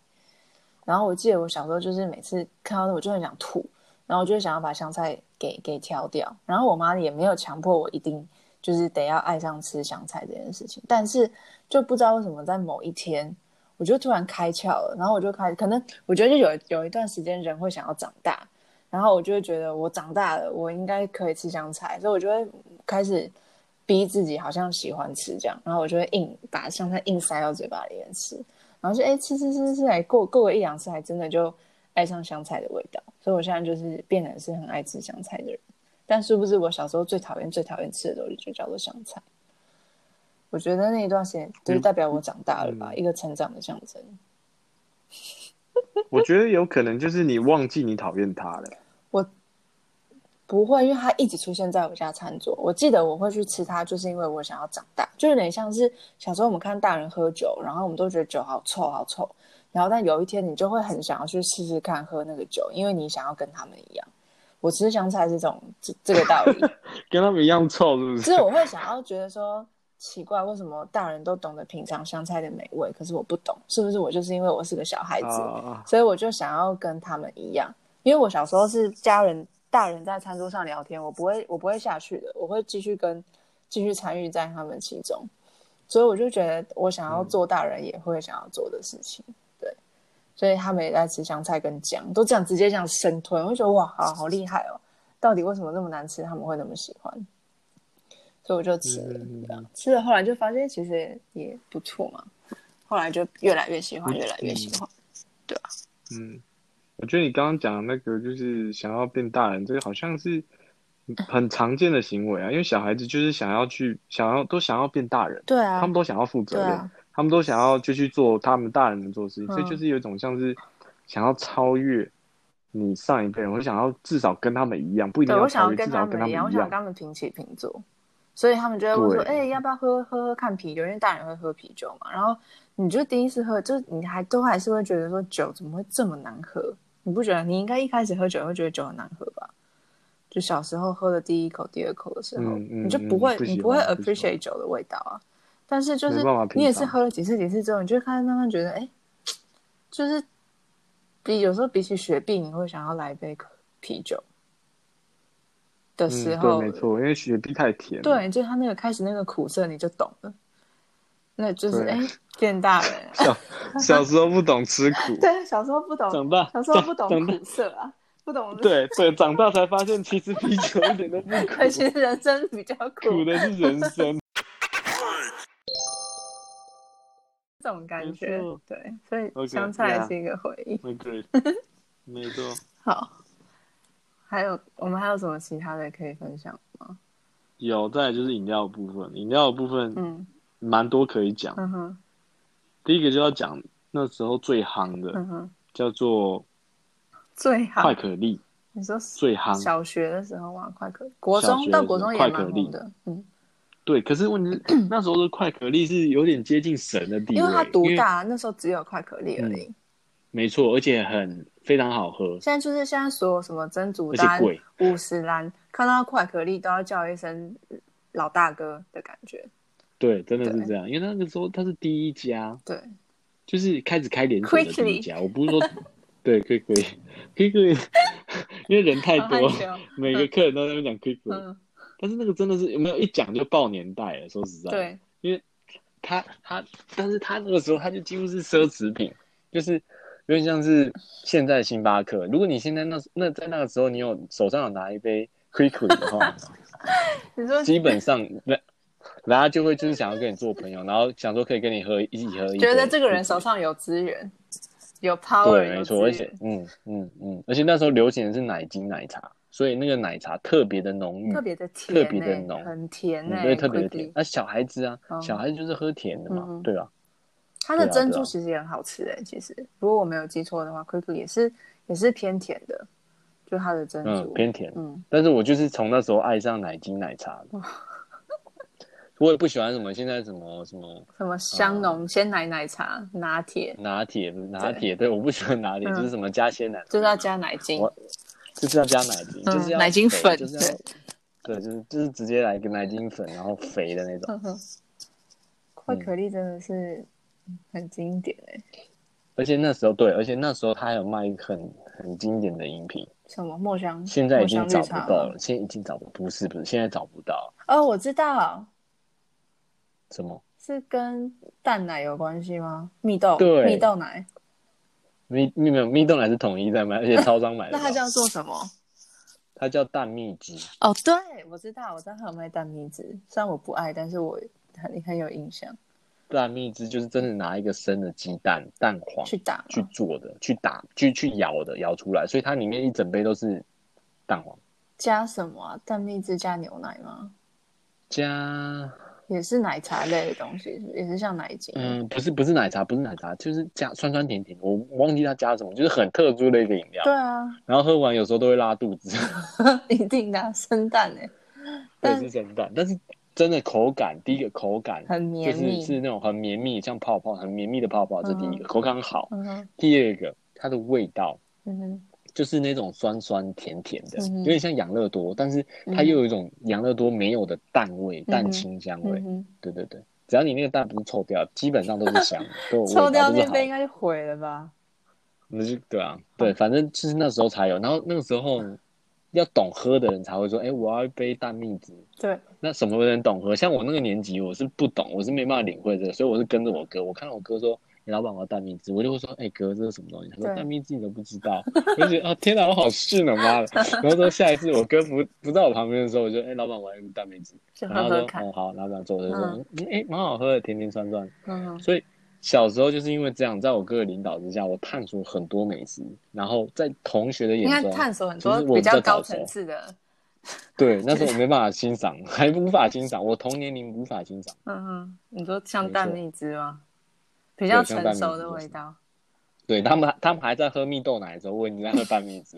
Speaker 1: 然后我记得我小时候就是每次看到那我就很想吐，然后我就想要把香菜给给挑掉。然后我妈也没有强迫我一定就是得要爱上吃香菜这件事情，但是就不知道为什么在某一天。我就突然开窍了，然后我就开，可能我觉得就有有一段时间人会想要长大，然后我就会觉得我长大了，我应该可以吃香菜，所以我就会开始逼自己好像喜欢吃这样，然后我就会硬把香菜硬塞到嘴巴里面吃，然后就哎、诶吃吃吃吃，哎过过个一两次，还真的就爱上香菜的味道，所以我现在就是变成是很爱吃香菜的人，但殊不知我小时候最讨厌最讨厌吃的东西就叫做香菜。我觉得那一段时间就是代表我长大了吧，一个成长的象征。
Speaker 2: 我觉得有可能就是你忘记你讨厌它了。
Speaker 1: 不会，因为它一直出现在我家餐桌。我记得我会去吃它，就是因为我想要长大，就有点像是小时候我们看大人喝酒，然后我们都觉得酒好臭，好臭。然后但有一天你就会很想要去试试看喝那个酒，因为你想要跟他们一样。我吃香菜是这种这这个道理，
Speaker 2: 跟他们一样臭，是不是？
Speaker 1: 就是我会想要觉得说奇怪，为什么大人都懂得品尝香菜的美味，可是我不懂，是不是我就是因为我是个小孩子，
Speaker 2: 啊，
Speaker 1: 所以我就想要跟他们一样，因为我小时候是家人大人在餐桌上聊天，我不会我不会下去的，我会继续跟继续参与在他们其中，所以我就觉得我想
Speaker 2: 嗯
Speaker 1: 要做大人也会想要做的事情，对，所以他们也在吃香菜跟姜，都这样直接这样生吞，我就觉得哇，好好厉害哦，到底为什么那么难吃，他们会那么喜欢？所以我就吃了，
Speaker 2: 嗯
Speaker 1: 对啊吃了后来就发现其实也也不错嘛，后来就越来越喜欢，越来越喜欢。
Speaker 2: 嗯，我觉得你刚刚讲的那个就是想要变大人，这个好像是很常见的行为啊，因为小孩子就是想要去，想要都想要变大人，
Speaker 1: 对啊，
Speaker 2: 他们都想要负责
Speaker 1: 对
Speaker 2: 任
Speaker 1: 啊，
Speaker 2: 他们都想要就去做他们大人能做的事情，
Speaker 1: 嗯
Speaker 2: 所以就是有一种像是想要超越你上一辈人，我想要至少跟他们一样，不一定
Speaker 1: 对，我
Speaker 2: 要
Speaker 1: 想
Speaker 2: 超
Speaker 1: 要
Speaker 2: 越，
Speaker 1: 跟
Speaker 2: 至
Speaker 1: 他
Speaker 2: 少跟
Speaker 1: 们
Speaker 2: 他
Speaker 1: 一
Speaker 2: 们
Speaker 1: 样，我
Speaker 2: 一
Speaker 1: 想要
Speaker 2: 样
Speaker 1: 跟。他们平起平坐，所以他们就会问说：“哎、
Speaker 2: 对
Speaker 1: 要不要喝喝喝看啤酒？”因为大人会喝啤酒嘛。然后你就第一次喝，就是你还都还是会觉得说酒怎么会这么难喝？你不觉得？你应该一开始喝酒会觉得酒很难喝吧？就小时候喝的第一口、第二口的时候，
Speaker 2: 嗯嗯
Speaker 1: 你就不
Speaker 2: 嗯
Speaker 1: 会，
Speaker 2: 不喜欢
Speaker 1: 你不会
Speaker 2: 不喜欢
Speaker 1: appreciate 酒的味道啊。但是就是
Speaker 2: 没办法品尝
Speaker 1: 你也是喝了几次几次之后，你就开始慢慢觉得，哎、就是比有时候比起雪碧，你会想要来一杯啤酒的时
Speaker 2: 嗯，
Speaker 1: 候，
Speaker 2: 对，没错，因为雪碧太甜了。
Speaker 1: 对，就它那个开始那个苦涩，你就懂了。那就是
Speaker 3: 对
Speaker 1: 哎变大 人，
Speaker 3: 小时候不懂吃苦，
Speaker 1: 对，小时候不懂，
Speaker 2: 长大
Speaker 1: 小时候
Speaker 2: 长
Speaker 1: 不懂
Speaker 2: 长大
Speaker 1: 苦涩啊，不懂，
Speaker 2: 对对，长大才发现其实啤酒一点都不 苦，
Speaker 1: 对，其实人生比较
Speaker 2: 苦
Speaker 1: 苦
Speaker 2: 的是人生。
Speaker 1: 这种感
Speaker 2: 没
Speaker 1: 觉
Speaker 2: 错，
Speaker 1: 对，所以
Speaker 2: OK，
Speaker 1: 香菜
Speaker 2: 呀
Speaker 1: 是一个回忆。
Speaker 2: Agree，没 错。
Speaker 1: 好，还有我们还有什么其他的可以分享？
Speaker 2: 有，再来就是饮料的部分，饮料的部分
Speaker 1: 嗯
Speaker 2: 蛮多可以讲。
Speaker 1: 嗯哼
Speaker 2: 第一个就要讲那时候最夯的，
Speaker 1: 嗯哼，
Speaker 2: 叫做
Speaker 1: 最好
Speaker 2: 快可丽，
Speaker 1: 你说
Speaker 2: 最夯。
Speaker 1: 小学的时候玩快可，国
Speaker 2: 小
Speaker 1: 中
Speaker 2: 学
Speaker 1: 到
Speaker 2: 的
Speaker 1: 国
Speaker 2: 时
Speaker 1: 中
Speaker 2: 候
Speaker 1: 也
Speaker 2: 快
Speaker 1: 蛮
Speaker 2: 可
Speaker 1: 红
Speaker 2: 力
Speaker 1: 的，嗯，
Speaker 2: 对，可是问题 是那时候的快可丽是有点接近神的地位，
Speaker 1: 因为它独
Speaker 2: 因为嗯
Speaker 1: 大，那时候只有快可力而已。
Speaker 2: 没错，而且很非常好喝，
Speaker 1: 现在就是现在所有什么珍珠
Speaker 2: 而
Speaker 1: 丹
Speaker 2: 且、贵。
Speaker 1: 五十兰，看到快可力都要叫一声老大哥的感觉。
Speaker 2: 对，真的是
Speaker 1: 对
Speaker 2: 这样，因为那个时候它是第一家，
Speaker 1: 对，
Speaker 2: 就是开始开连锁的第一
Speaker 1: Quickly
Speaker 2: 家。我不是说 对 quickly quickly，因 为人太
Speaker 1: 好害
Speaker 2: 多，
Speaker 1: 羞。
Speaker 2: 每个客人都在那边讲 quickly，、
Speaker 1: 嗯，
Speaker 2: 但是那个真的是有没有一讲就爆年代了。说实在，，
Speaker 1: 对，
Speaker 2: 他他，但是他那个时候他就几乎是奢侈品，就是有点像是现在的星巴克。如果你现在那那在那个时候你有手上有拿一杯 Quickly 的话，
Speaker 1: 你说
Speaker 2: 基本上人人家就会就是想要跟你做朋友，然后想说可以跟你喝一起喝一杯。
Speaker 1: 觉得这个人手上有资源，有 power，
Speaker 2: 对，
Speaker 1: 有
Speaker 2: 没
Speaker 1: 资
Speaker 2: 错，而且
Speaker 1: 源
Speaker 2: 嗯嗯嗯，而且那时候流行的是奶精奶茶，所以那个奶茶特别的浓郁，
Speaker 1: 特别的甜、欸，
Speaker 2: 嗯特别的浓
Speaker 1: 很甜
Speaker 2: 嗯
Speaker 1: 呢、
Speaker 2: 对，特别的甜
Speaker 1: quickly。
Speaker 2: 那、小孩子啊，
Speaker 1: 嗯
Speaker 2: 小孩子就是喝甜的嘛，
Speaker 1: 嗯嗯
Speaker 2: 对吧？
Speaker 1: 它的
Speaker 2: 对啊
Speaker 1: 珍
Speaker 2: 对
Speaker 1: 珠
Speaker 2: 啊
Speaker 1: 其实也很好吃诶、欸其实如果我没有记错的话，quickly 也是也是偏甜的，就它的珍珠
Speaker 2: 嗯，偏甜。
Speaker 1: 嗯
Speaker 2: 但是我就是从那时候爱上奶精奶茶的。 我也不喜欢什么现在什么什么
Speaker 1: 什么
Speaker 2: 哦
Speaker 1: 香浓鲜奶奶茶拿铁，
Speaker 2: 拿铁拿铁，对，我不喜欢拿铁，
Speaker 1: 嗯
Speaker 2: 就是什么加鲜奶，
Speaker 1: 就是要加奶精
Speaker 2: 我，就是要加奶精，
Speaker 1: 嗯
Speaker 2: 就是要
Speaker 4: 奶精
Speaker 2: 肥
Speaker 4: 粉
Speaker 2: 就是要对，就是就是直接来个奶精粉，然后肥的那种。
Speaker 1: 哼哼，快可丽真的是很经典欸诶、
Speaker 2: 而且那时候对，而且那时候他还有卖一个很很经典的饮品，
Speaker 1: 什么墨香，
Speaker 2: 现在已
Speaker 1: 墨
Speaker 2: 经
Speaker 1: 香绿
Speaker 2: 找不
Speaker 1: 茶
Speaker 2: 到
Speaker 1: 吗
Speaker 2: 了，现在已经找不不是不是，现在找不到
Speaker 1: 哦，我知道，
Speaker 2: 什么
Speaker 1: 是跟蛋奶有关系吗？蜜豆，
Speaker 2: 对
Speaker 1: 蜜豆奶，
Speaker 2: 蜜蜜没有蜜豆奶是统一在卖，而且超商买的
Speaker 4: 那，它叫做什么？
Speaker 2: 它叫蛋蜜汁。
Speaker 1: 哦，对，我知道，我知道它有卖蛋蜜汁，虽然我不爱，但是我很很有印象，
Speaker 2: 蛋蜜汁就是真的拿一个生的鸡蛋蛋黄
Speaker 1: 去打
Speaker 2: 哦去
Speaker 1: 嘛，
Speaker 2: 做的，去打去去摇的，摇出来，所以它里面一整杯都是蛋黄
Speaker 1: 加什么、啊、蛋蜜汁加牛奶吗？
Speaker 2: 加
Speaker 1: 也是奶茶类的东西，是不是也是像奶精。
Speaker 2: 嗯不是不是奶茶，不是奶茶，就是加酸酸甜甜，我忘记它加什么，就是很特殊的一个饮料
Speaker 1: 对。啊，
Speaker 2: 然后喝完有时候都会拉肚子，
Speaker 1: 一定的啊、生蛋哎、
Speaker 2: 对
Speaker 1: 但
Speaker 2: 是生蛋，但是真的口感，第一个口感
Speaker 1: 很
Speaker 2: 就
Speaker 1: 绵
Speaker 2: 是
Speaker 1: 密。
Speaker 2: 是那种很绵密，像泡泡很绵密的泡泡，这第一个、口感好。
Speaker 1: 嗯哼，
Speaker 2: 第二个它的味道，
Speaker 1: 嗯哼，
Speaker 2: 就是那种酸酸甜甜的，
Speaker 1: 嗯哼嗯
Speaker 2: 有点像养乐多，但是它又有一种养乐多没有的蛋味、蛋清香味。
Speaker 1: 嗯哼，
Speaker 2: 对对对，只要你那个蛋不是臭掉，基本上都是 香的，都有味道
Speaker 1: 抽掉
Speaker 2: 都是
Speaker 1: 那哦
Speaker 2: 好
Speaker 1: 杯应
Speaker 2: 的。
Speaker 1: 该就毁了吧？
Speaker 2: 那就对啊，对，反正就是那时候才有，然后那个时候要懂喝的人才会说，哎、我要一杯蛋蜜汁。
Speaker 1: 对，
Speaker 2: 那什么人懂喝？像我那个年纪，我是不懂，我是没办法领会这个，所以我是跟着我哥。我看到我哥说：“你老板我要蛋蜜汁。”我就会说：“哎、哥，这是什么东西？”他说
Speaker 1: 对：“
Speaker 2: 蛋蜜汁你都不知道。” 我就觉得啊，天哪，我好逊了，妈的！然后说下一次我哥不不在我旁边的时候，我就：“哎、老板，我要一个蛋蜜汁。”
Speaker 1: 就喝
Speaker 2: 然后
Speaker 1: 喝
Speaker 2: 说：“
Speaker 1: 看。
Speaker 2: 哦，好，老板做。”我就说
Speaker 1: 嗯：“
Speaker 2: 嗯哎、蛮、好喝的，甜甜酸酸。
Speaker 1: 嗯哼，”
Speaker 2: 所以小时候就是因为这样，在我哥的领导之下，我探索很多美食，然后在同学的
Speaker 1: 你
Speaker 2: 眼
Speaker 1: 看
Speaker 2: 中，
Speaker 1: 探索很
Speaker 2: 其
Speaker 1: 多
Speaker 2: 实
Speaker 1: 比
Speaker 2: 我比
Speaker 1: 较
Speaker 2: 较
Speaker 1: 高
Speaker 2: 早
Speaker 1: 层
Speaker 2: 熟
Speaker 1: 次的，
Speaker 2: 对，那 时候我没办法欣赏，还无法欣赏，我同年龄无法欣赏。
Speaker 1: 嗯哼，你说像
Speaker 2: 没错
Speaker 1: 蛋蜜汁吗？比较
Speaker 2: 对像
Speaker 1: 成
Speaker 2: 蛋蜜
Speaker 1: 熟
Speaker 2: 汁
Speaker 1: 的味
Speaker 2: 是
Speaker 1: 道。
Speaker 2: 对他们，他们还在喝蜜豆奶的时候，我已经在喝半蜜汁。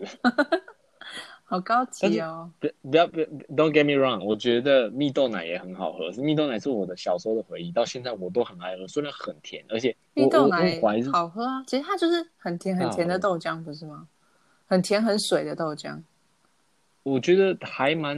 Speaker 1: 好高
Speaker 2: 但
Speaker 1: 级
Speaker 2: 是
Speaker 1: 哦！
Speaker 2: 不不要不要，Don't get me wrong，我觉得蜜豆奶也很好喝，是蜜豆奶是我的小时候的回忆，到现在我都很爱喝，虽然很甜，而且我
Speaker 1: 绿豆
Speaker 2: 我
Speaker 1: 奶
Speaker 2: 我怀疑是嗯
Speaker 1: 好喝啊，其实它就是很甜很甜的豆浆，不是吗？很甜很水的豆浆，
Speaker 2: 我觉得还蛮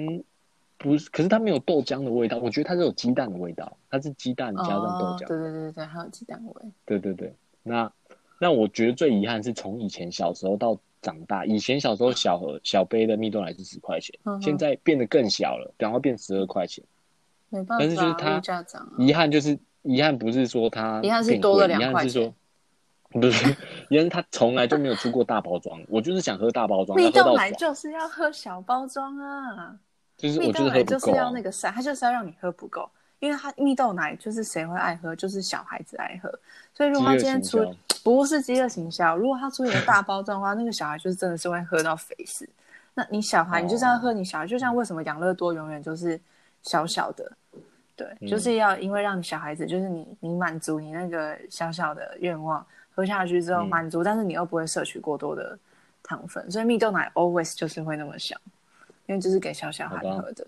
Speaker 2: 不是，可是它没有豆浆的味道，我觉得它是有鸡蛋的味道，它是鸡蛋加上嗯豆
Speaker 1: 哦，
Speaker 2: 浆。
Speaker 1: 对对对对，还有鸡蛋味。
Speaker 2: 对对对，那那我觉得最遗憾是从以前小时候到长大，以前小时候小盒小杯的蜜豆奶是十块钱，
Speaker 1: 嗯哼
Speaker 2: 现在变得更小了，然后变十二块钱。
Speaker 1: 没办
Speaker 2: 但是就是
Speaker 1: 法，
Speaker 2: 它
Speaker 1: 物价涨啊。
Speaker 2: 遗憾就是遗憾不是说它
Speaker 1: 遗憾是
Speaker 2: 变
Speaker 1: 多了
Speaker 2: 贵
Speaker 1: 两
Speaker 2: 遗
Speaker 1: 块
Speaker 2: 憾是说不是，遗憾是它从来就没有出过大包装。我就是想喝大包装，
Speaker 1: 蜜
Speaker 2: 但喝
Speaker 1: 豆
Speaker 2: 到
Speaker 1: 奶
Speaker 2: 爽
Speaker 1: 就是要喝小包装啊，
Speaker 2: 就是
Speaker 1: 蜜
Speaker 2: 我就
Speaker 1: 豆
Speaker 2: 是喝
Speaker 1: 奶
Speaker 2: 不
Speaker 1: 就是
Speaker 2: 够
Speaker 1: 要
Speaker 2: 啊。
Speaker 1: 那个啥，它就是要让你喝不够，因为它蜜豆奶就是谁会爱喝，就是小孩子爱喝，所以如果他今天
Speaker 2: 饥饿
Speaker 1: 出
Speaker 2: 行
Speaker 1: 不是饥饿行销，如果他出一个大包装的话，那个小孩就是真的是会喝到肥死。那你小孩你就这
Speaker 2: 哦
Speaker 1: 样喝，你小孩就像为什么养乐多永远就是小小的，对，
Speaker 2: 嗯
Speaker 1: 就是要因为让你小孩子就是你你满足你那个小小的愿望，喝下去之后
Speaker 2: 嗯
Speaker 1: 满足，但是你又不会摄取过多的糖分，所以蜜豆奶 always 就是会那么小，因为就是给小小孩
Speaker 2: 好吧
Speaker 1: 喝的。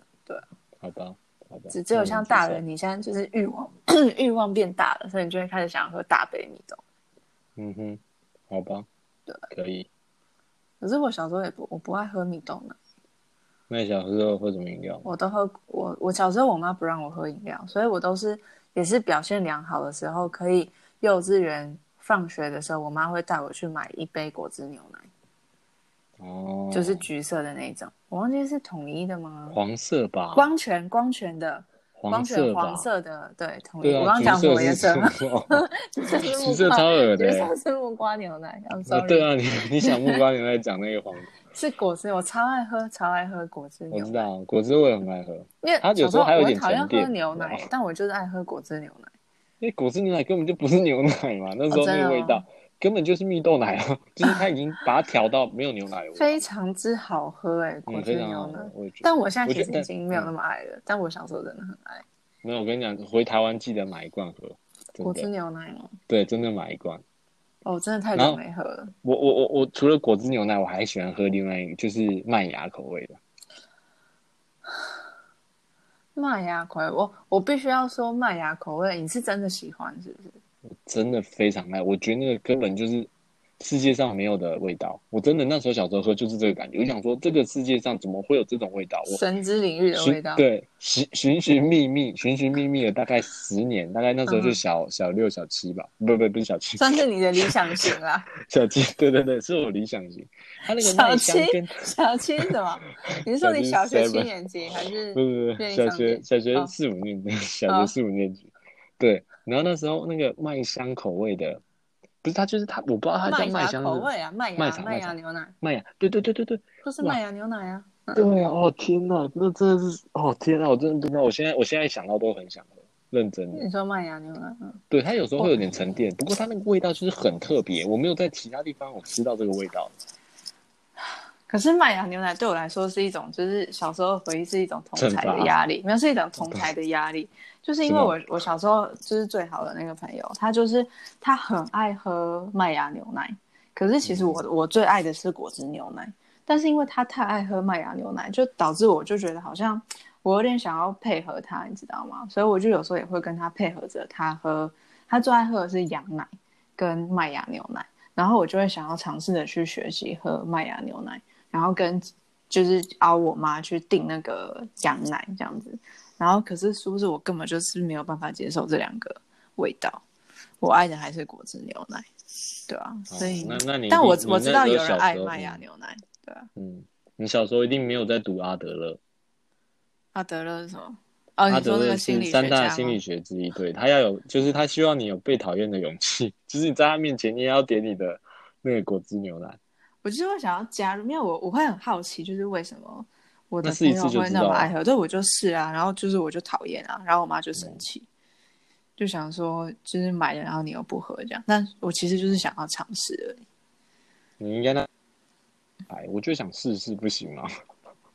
Speaker 2: 好吧，好吧。
Speaker 1: 只只有像大人，你现在就是欲望 欲望变大了，所以你就会开始想要喝大杯蜜豆。
Speaker 2: 嗯哼，好吧，
Speaker 1: 对，
Speaker 2: 可以。
Speaker 1: 可是我小时候也不我不爱喝蜜豆奶，
Speaker 2: 那你想喝喝什么饮料？
Speaker 1: 我都喝我我小时候我妈不让我喝饮料，所以我都是也是表现良好的时候，可以幼稚园放学的时候，我妈会带我去买一杯果汁牛奶，
Speaker 2: 哦，
Speaker 1: 就是橘色的那种，我忘记是统一的吗？
Speaker 2: 黄色吧，
Speaker 1: 光泉光泉的光
Speaker 2: 黄
Speaker 1: 泉
Speaker 2: 色吧，
Speaker 1: 黄色的对统一，
Speaker 2: 对啊，
Speaker 1: 我刚刚讲
Speaker 2: 橘
Speaker 1: 什
Speaker 2: 色
Speaker 1: 么颜
Speaker 2: 是
Speaker 1: 色
Speaker 2: 什
Speaker 1: 吗？
Speaker 2: 么？
Speaker 1: 橘色
Speaker 2: 橘
Speaker 1: 是
Speaker 2: 色
Speaker 1: 木
Speaker 2: 超
Speaker 1: 瓜，
Speaker 2: 恶
Speaker 1: 橘
Speaker 2: 的欸。
Speaker 1: 色是木瓜牛奶，I'm
Speaker 2: 啊
Speaker 1: sorry，
Speaker 2: 对啊，你你想木瓜牛奶讲那个黄，
Speaker 1: 是果汁，我超爱喝超爱喝果汁
Speaker 2: 我
Speaker 1: 牛
Speaker 2: 知
Speaker 1: 奶。
Speaker 2: 道啊果汁我也很爱喝，
Speaker 1: 因为
Speaker 2: 它有
Speaker 1: 小
Speaker 2: 时候还有一
Speaker 1: 我很
Speaker 2: 点
Speaker 1: 讨厌
Speaker 2: 沉淀哦
Speaker 1: 喝牛
Speaker 2: 你知
Speaker 1: 奶
Speaker 2: 道，
Speaker 1: 但我就是爱喝果汁牛奶。
Speaker 2: 因为果汁牛奶根本就不是牛奶嘛，那时
Speaker 1: 哦真
Speaker 2: 候那
Speaker 1: 的
Speaker 2: 个
Speaker 1: 吗
Speaker 2: 味道根本就是蜜豆奶啊， 就是它已经把它调到没有牛奶的味道，
Speaker 1: 非常之好喝哎、果
Speaker 2: 嗯，
Speaker 1: 汁
Speaker 2: 非常
Speaker 1: 牛
Speaker 2: 好
Speaker 1: 奶。
Speaker 2: 喝，我也觉得。
Speaker 1: 但我现在其
Speaker 2: 我
Speaker 1: 实
Speaker 2: 觉得嗯
Speaker 1: 已经没有那么爱了，但我小时候真的很爱
Speaker 2: 没有，我跟你讲，回台湾记得买一罐喝，
Speaker 1: 果汁
Speaker 2: 真的，
Speaker 1: 牛奶吗？
Speaker 2: 对，真的买一罐。
Speaker 1: 哦，真的太
Speaker 2: 然
Speaker 1: 久
Speaker 2: 后
Speaker 1: 没喝了。
Speaker 2: 我我我我除了果汁牛奶，我还喜欢喝另外一个，就是麦芽口味的。
Speaker 1: 麦芽口味，我我必须要说麦芽口味，你是真的喜欢是不是？
Speaker 2: 真的非常爱，我觉得那个根本就是世界上没有的味道。我真的那时候小时候喝就是这个感觉，我想说这个世界上怎么会有这种味道？我
Speaker 1: 神之领域的味
Speaker 2: 寻
Speaker 1: 道。
Speaker 2: 对寻寻寻觅觅，寻寻觅觅了大概十年，大概那时候
Speaker 1: 嗯
Speaker 2: 就
Speaker 1: 哼
Speaker 2: 小、小六小七吧，不不不是小七，
Speaker 1: 算是你的理想型啦，
Speaker 2: 小七，对对对，是我理想型。他那个
Speaker 1: 小
Speaker 2: 麦
Speaker 1: 七
Speaker 2: 香跟
Speaker 1: 小七是什么？你是说你小
Speaker 2: 小
Speaker 1: 学
Speaker 2: 七
Speaker 1: 七
Speaker 2: seven
Speaker 1: 年级还是
Speaker 2: 不？不不，
Speaker 1: 便利
Speaker 2: 小
Speaker 1: 商
Speaker 2: 学
Speaker 1: 店
Speaker 2: 小
Speaker 1: 哦
Speaker 2: 学四五年级，小
Speaker 1: 哦
Speaker 2: 学四五年级，对。然后那时候那个麦香口味的，不是它就是它，我不知道它叫麦
Speaker 1: 芽
Speaker 2: 香
Speaker 1: 口
Speaker 2: 是
Speaker 1: 味啊，麦
Speaker 2: 麦
Speaker 1: 芽
Speaker 2: 茶
Speaker 1: 麦
Speaker 2: 麦
Speaker 1: 芽
Speaker 2: 茶
Speaker 1: 牛奶，
Speaker 2: 麦芽，对对对对对
Speaker 1: 就是
Speaker 2: 哇
Speaker 1: 麦芽牛奶啊。
Speaker 2: 对啊！哦天哪，那真的是哦天哪，我真的不知道，我现在我现在想到都很想喝，认真的。
Speaker 1: 你说麦芽牛奶，嗯
Speaker 2: 对，它有时候会有点沉淀，不过它那个味道就是很特别，我没有在其他地方我吃到这个味道。哦
Speaker 1: 可是麦芽牛奶对我来说是一种，就是小时候回忆是一种同才的压力，没有是一种同才的压力，就是因为我我小时候就是最好的那个朋友，他就是他很爱喝麦芽牛奶，可是其实我我最爱的是果汁牛奶，但是因为他太爱喝麦芽牛奶，就导致我就觉得好像我有点想要配合他，你知道吗？所以我就有时候也会跟他配合着他喝，他最爱喝的是羊奶跟麦芽牛奶。然后我就会想要尝试着去学习喝麦芽牛奶，然后跟就是熬我妈去订那个羊奶这样子，然后可是是不是我根本就是没有办法接受这两个味道？我爱的还是果汁牛奶，对啊，所以、
Speaker 2: 哦那那你
Speaker 1: 但我
Speaker 2: 你
Speaker 1: 我
Speaker 2: 那
Speaker 1: 知道
Speaker 2: 时
Speaker 1: 有
Speaker 2: 候
Speaker 1: 人
Speaker 2: 小
Speaker 1: 爱
Speaker 2: 时候
Speaker 1: 麦芽
Speaker 2: 嗯
Speaker 1: 牛奶，对啊，
Speaker 2: 嗯，你小时候一定没有在读阿德勒，
Speaker 1: 阿德勒是什么？哦，
Speaker 2: 阿
Speaker 1: 你
Speaker 2: 德
Speaker 1: 说那
Speaker 2: 勒
Speaker 1: 个心
Speaker 2: 是
Speaker 1: 理
Speaker 2: 三
Speaker 1: 学
Speaker 2: 大
Speaker 1: 家
Speaker 2: 心理
Speaker 1: 吗？
Speaker 2: 学之一，对他要有，就是他希望你有被讨厌的勇气，就是你在他面前你也要点你的那个果汁牛奶，
Speaker 1: 我就是会想要加入，因为我我会很好奇，就是为什么我的
Speaker 2: 那试
Speaker 1: 朋
Speaker 2: 一
Speaker 1: 友
Speaker 2: 次就
Speaker 1: 会
Speaker 2: 知
Speaker 1: 那
Speaker 2: 道
Speaker 1: 么
Speaker 2: 了
Speaker 1: 爱喝，对，我就是啊，然后就是我就讨厌啊，然后我妈就生
Speaker 2: 嗯
Speaker 1: 气，就想说就是买了，然后你又不喝这样，但我其实就是想要尝试而已。
Speaker 2: 你应该那，哎，我就想试试，不行吗？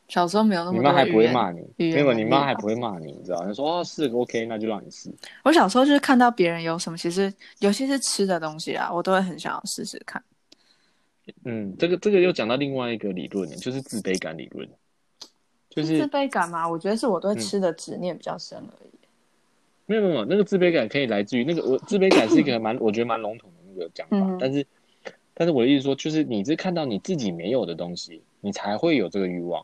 Speaker 1: 小时候没有那
Speaker 2: 你
Speaker 1: 么
Speaker 2: 妈
Speaker 1: 多
Speaker 2: 还不
Speaker 1: 语
Speaker 2: 会
Speaker 1: 言，
Speaker 2: 骂你，
Speaker 1: 语言
Speaker 2: 没有，
Speaker 1: 能
Speaker 2: 你
Speaker 1: 力啊
Speaker 2: 妈
Speaker 1: 吧
Speaker 2: 还不会骂你，你知道？你说哦是 OK，那就让你试。
Speaker 1: 我小时候就是看到别人有什么，其实尤其是吃的东西啊，我都会很想要试试看。
Speaker 2: 嗯，这个这个又讲到另外一个理论，就是自卑感理论，就
Speaker 1: 自
Speaker 2: 是
Speaker 1: 卑感嘛，我觉得是我对
Speaker 2: 嗯
Speaker 1: 吃的执念比较深而已。
Speaker 2: 没有没有没有，那个自卑感可以来自于那个我自卑感是一个蛮我觉得蛮笼统的那个讲法，
Speaker 1: 嗯
Speaker 2: 但是但是我的意思说，就是你是看到你自己没有的东西，你才会有这个欲望。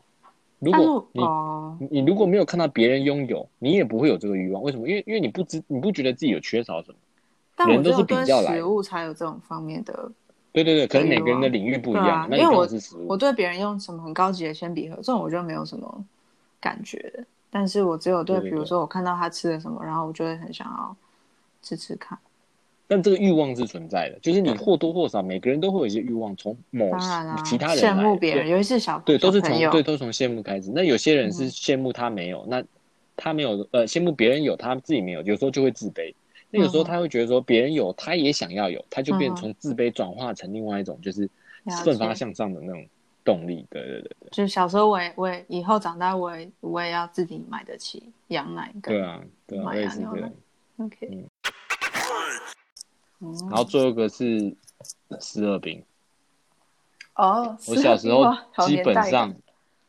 Speaker 2: 如
Speaker 1: 但是
Speaker 2: 果你、
Speaker 1: 哦，
Speaker 2: 你你如果没有看到别人拥有，你也不会有这个欲望。为什么？因为因为你不知你不觉得自己有缺少什么。
Speaker 1: 但我
Speaker 2: 人
Speaker 1: 觉
Speaker 2: 都
Speaker 1: 得
Speaker 2: 是
Speaker 1: 我
Speaker 2: 比
Speaker 1: 对
Speaker 2: 较来
Speaker 1: 食
Speaker 2: 的
Speaker 1: 物才有这种方面的
Speaker 2: 对对对，可能
Speaker 1: 对
Speaker 2: 每个人的
Speaker 1: 啊
Speaker 2: 领域不一
Speaker 1: 对
Speaker 2: 样，
Speaker 1: 啊
Speaker 2: 那
Speaker 1: 因
Speaker 2: 你
Speaker 1: 为
Speaker 2: 刚
Speaker 1: 我
Speaker 2: 好是食物
Speaker 1: 我。对别人用什么很高级的铅笔盒，这种我就没有什么感觉。但是我只有对，
Speaker 2: 对对对
Speaker 1: 比如说我看到他吃的什么，然后我就会很想要吃吃看。
Speaker 2: 但这个欲望是存在的，就是你或多或少每个人都会有一些欲望，从某
Speaker 1: 当然啦，
Speaker 2: 其他人
Speaker 1: 羡
Speaker 2: 来
Speaker 1: 慕
Speaker 2: 的
Speaker 1: 别人，
Speaker 2: 对
Speaker 1: 尤其是小
Speaker 2: 对，
Speaker 1: 小
Speaker 2: 都是
Speaker 1: 朋
Speaker 2: 从
Speaker 1: 友嗯
Speaker 2: 对都是从羡慕开始。那有些人是羡慕他没有，那他没有呃羡慕别人有，他自己没有，有时候就会自卑。那有时候他会觉得说别人有，他也想要有，他就
Speaker 1: 嗯
Speaker 2: 变
Speaker 1: 嗯哼
Speaker 2: 从自卑转化成另外一种就是
Speaker 1: 了
Speaker 2: 奋发
Speaker 1: 解
Speaker 2: 向上的那种动力。对对对对，
Speaker 1: 就是小时候我也我也以后长大我也我也要自己买得起羊奶跟
Speaker 2: 对啊对啊，
Speaker 1: 买啊
Speaker 2: 我也是
Speaker 1: 牛
Speaker 2: 这
Speaker 1: 奶
Speaker 2: 样。
Speaker 1: OK，嗯
Speaker 2: 然后最后一个是十二饼，
Speaker 1: 哦，
Speaker 2: 我
Speaker 1: 是
Speaker 2: 小时候
Speaker 1: 哇好
Speaker 2: 基
Speaker 1: 年
Speaker 2: 本
Speaker 1: 代感
Speaker 2: 上，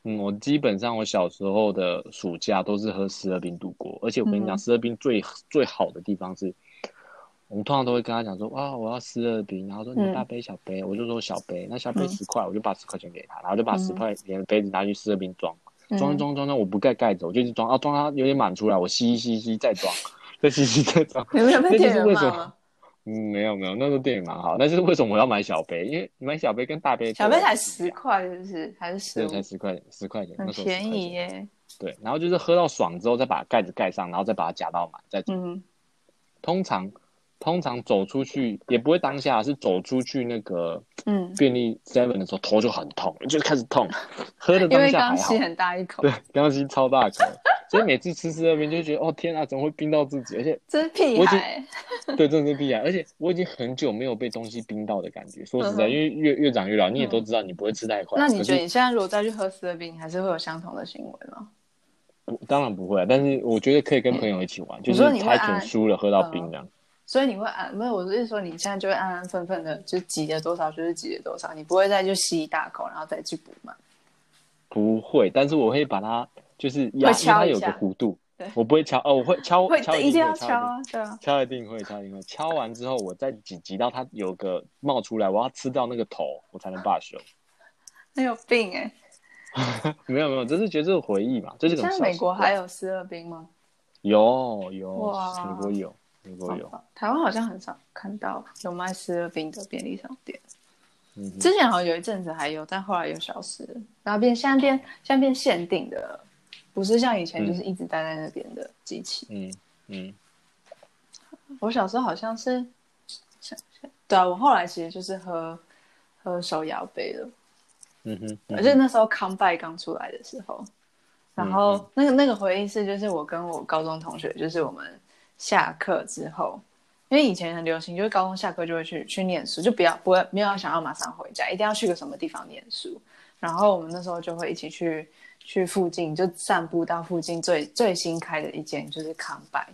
Speaker 2: 嗯，我基本上我小时候的暑假都是喝十二冰度过。而且我跟你
Speaker 1: 嗯
Speaker 2: 讲，十二冰最最好的地方是，我们通常都会跟他讲说，哇，我要十二冰，然后说
Speaker 1: 嗯
Speaker 2: 你大杯小杯，我就说小杯，那小杯
Speaker 1: 嗯
Speaker 2: 十块，我就把十块钱给他，然后就把
Speaker 1: 嗯
Speaker 2: 十块钱的杯子拿去十二冰装，
Speaker 1: 嗯
Speaker 2: 装一装装装，我不盖盖子，我就一直装，啊，装到它有点满出来，我吸一吸一吸再装， 再吸一吸再装，
Speaker 1: 你没有被
Speaker 2: 这就
Speaker 1: 店
Speaker 2: 是
Speaker 1: 员
Speaker 2: 为
Speaker 1: 骂
Speaker 2: 什么
Speaker 1: 吗？
Speaker 2: 嗯，没有没有，那时候店员蛮好，但是为什么我要买小杯？因为买小杯跟大杯的
Speaker 1: 小杯才
Speaker 2: 不一
Speaker 1: 十
Speaker 2: 样，
Speaker 1: 块，是不是？还是十
Speaker 2: 对，
Speaker 1: 五？
Speaker 2: 才十块钱，十块钱，
Speaker 1: 很
Speaker 2: 那时候10块
Speaker 1: 便宜
Speaker 2: 钱。
Speaker 1: 耶。
Speaker 2: 对，然后就是喝到爽之后，再把盖子盖上，然后再把它夹到满，再走。
Speaker 1: 嗯，
Speaker 2: 通常通常走出去也不会当下，是走出去那个
Speaker 1: 嗯
Speaker 2: 便利 seven 的时候，头就很痛，就开始痛。喝的
Speaker 1: 因
Speaker 2: 当
Speaker 1: 为
Speaker 2: 下
Speaker 1: 刚
Speaker 2: 还好
Speaker 1: 吸，很大一口
Speaker 2: 对，，刚吸超大口，所以每次吃吃那边就觉得，哦天啊，怎么会冰到自己？而且
Speaker 1: 这是屁
Speaker 2: 我已经
Speaker 1: 孩。
Speaker 2: 对，真的是必然。而且我已经很久没有被东西冰到的感觉。说实
Speaker 1: 嗯
Speaker 2: 在，
Speaker 1: 哼嗯
Speaker 2: 因为越越长越老，你也都知道你不会吃太快。
Speaker 1: 那你
Speaker 2: 可
Speaker 1: 觉得
Speaker 2: 是
Speaker 1: 你现在如果再去喝十二冰，你还是会有相同的行为吗？
Speaker 2: 不当然不会啊，但是我觉得可以跟朋友一起玩，
Speaker 1: 嗯
Speaker 2: 就
Speaker 1: 你
Speaker 2: 是
Speaker 1: 说你会
Speaker 2: 猜
Speaker 1: 按嗯
Speaker 2: 拳输了喝到冰这样。
Speaker 1: 所以你会安，没有，我是说你现在就会安安分分的，就挤了多少就是挤了多少，你不会再去吸一大口然后再去补嘛？
Speaker 2: 不会，但是我会把它就是压，
Speaker 1: 会
Speaker 2: 因为
Speaker 1: 敲
Speaker 2: 它
Speaker 1: 一
Speaker 2: 有个
Speaker 1: 下
Speaker 2: 弧度
Speaker 1: 对，
Speaker 2: 我不会敲哦，我会敲
Speaker 1: 会
Speaker 2: 敲，
Speaker 1: 一定
Speaker 2: 定
Speaker 1: 要
Speaker 2: 会
Speaker 1: 敲
Speaker 2: 敲一定
Speaker 1: 啊，对啊，
Speaker 2: 敲一定会，敲一定会。敲完之后，我再挤挤到它有个冒出来，我要吃到那个头，我才能罢休。
Speaker 1: 很有病哎、
Speaker 2: 没有没有，这是觉得这个回忆嘛，这是
Speaker 1: 现
Speaker 2: 种小
Speaker 1: 在
Speaker 2: 习惯。
Speaker 1: 美国还有十二冰吗？
Speaker 2: 有有，
Speaker 1: 哇
Speaker 2: 美国有，美国有。
Speaker 1: 台湾好像很少看到有卖十二冰的便利商店，
Speaker 2: 嗯哼
Speaker 1: 之前好像有一阵子还有，但后来又消失了，然后变现在变现在变限定的了，不是像以前就是一直待在那边的机器。
Speaker 2: 嗯嗯，
Speaker 1: 我小时候好像是，想想对啊，我后来其实就是喝喝手摇杯的，
Speaker 2: 嗯哼，
Speaker 1: 而且那时候康拜刚出来的时候，然后那个那个回忆是，就是我跟我高中同学，就是我们下课之后，因为以前很流行，就是高中下课就会去去念书，就不要不会没有想要马上回家，一定要去个什么地方念书。然后我们那时候就会一起去去附近，就散步到附近最最新开的一间就是康拜，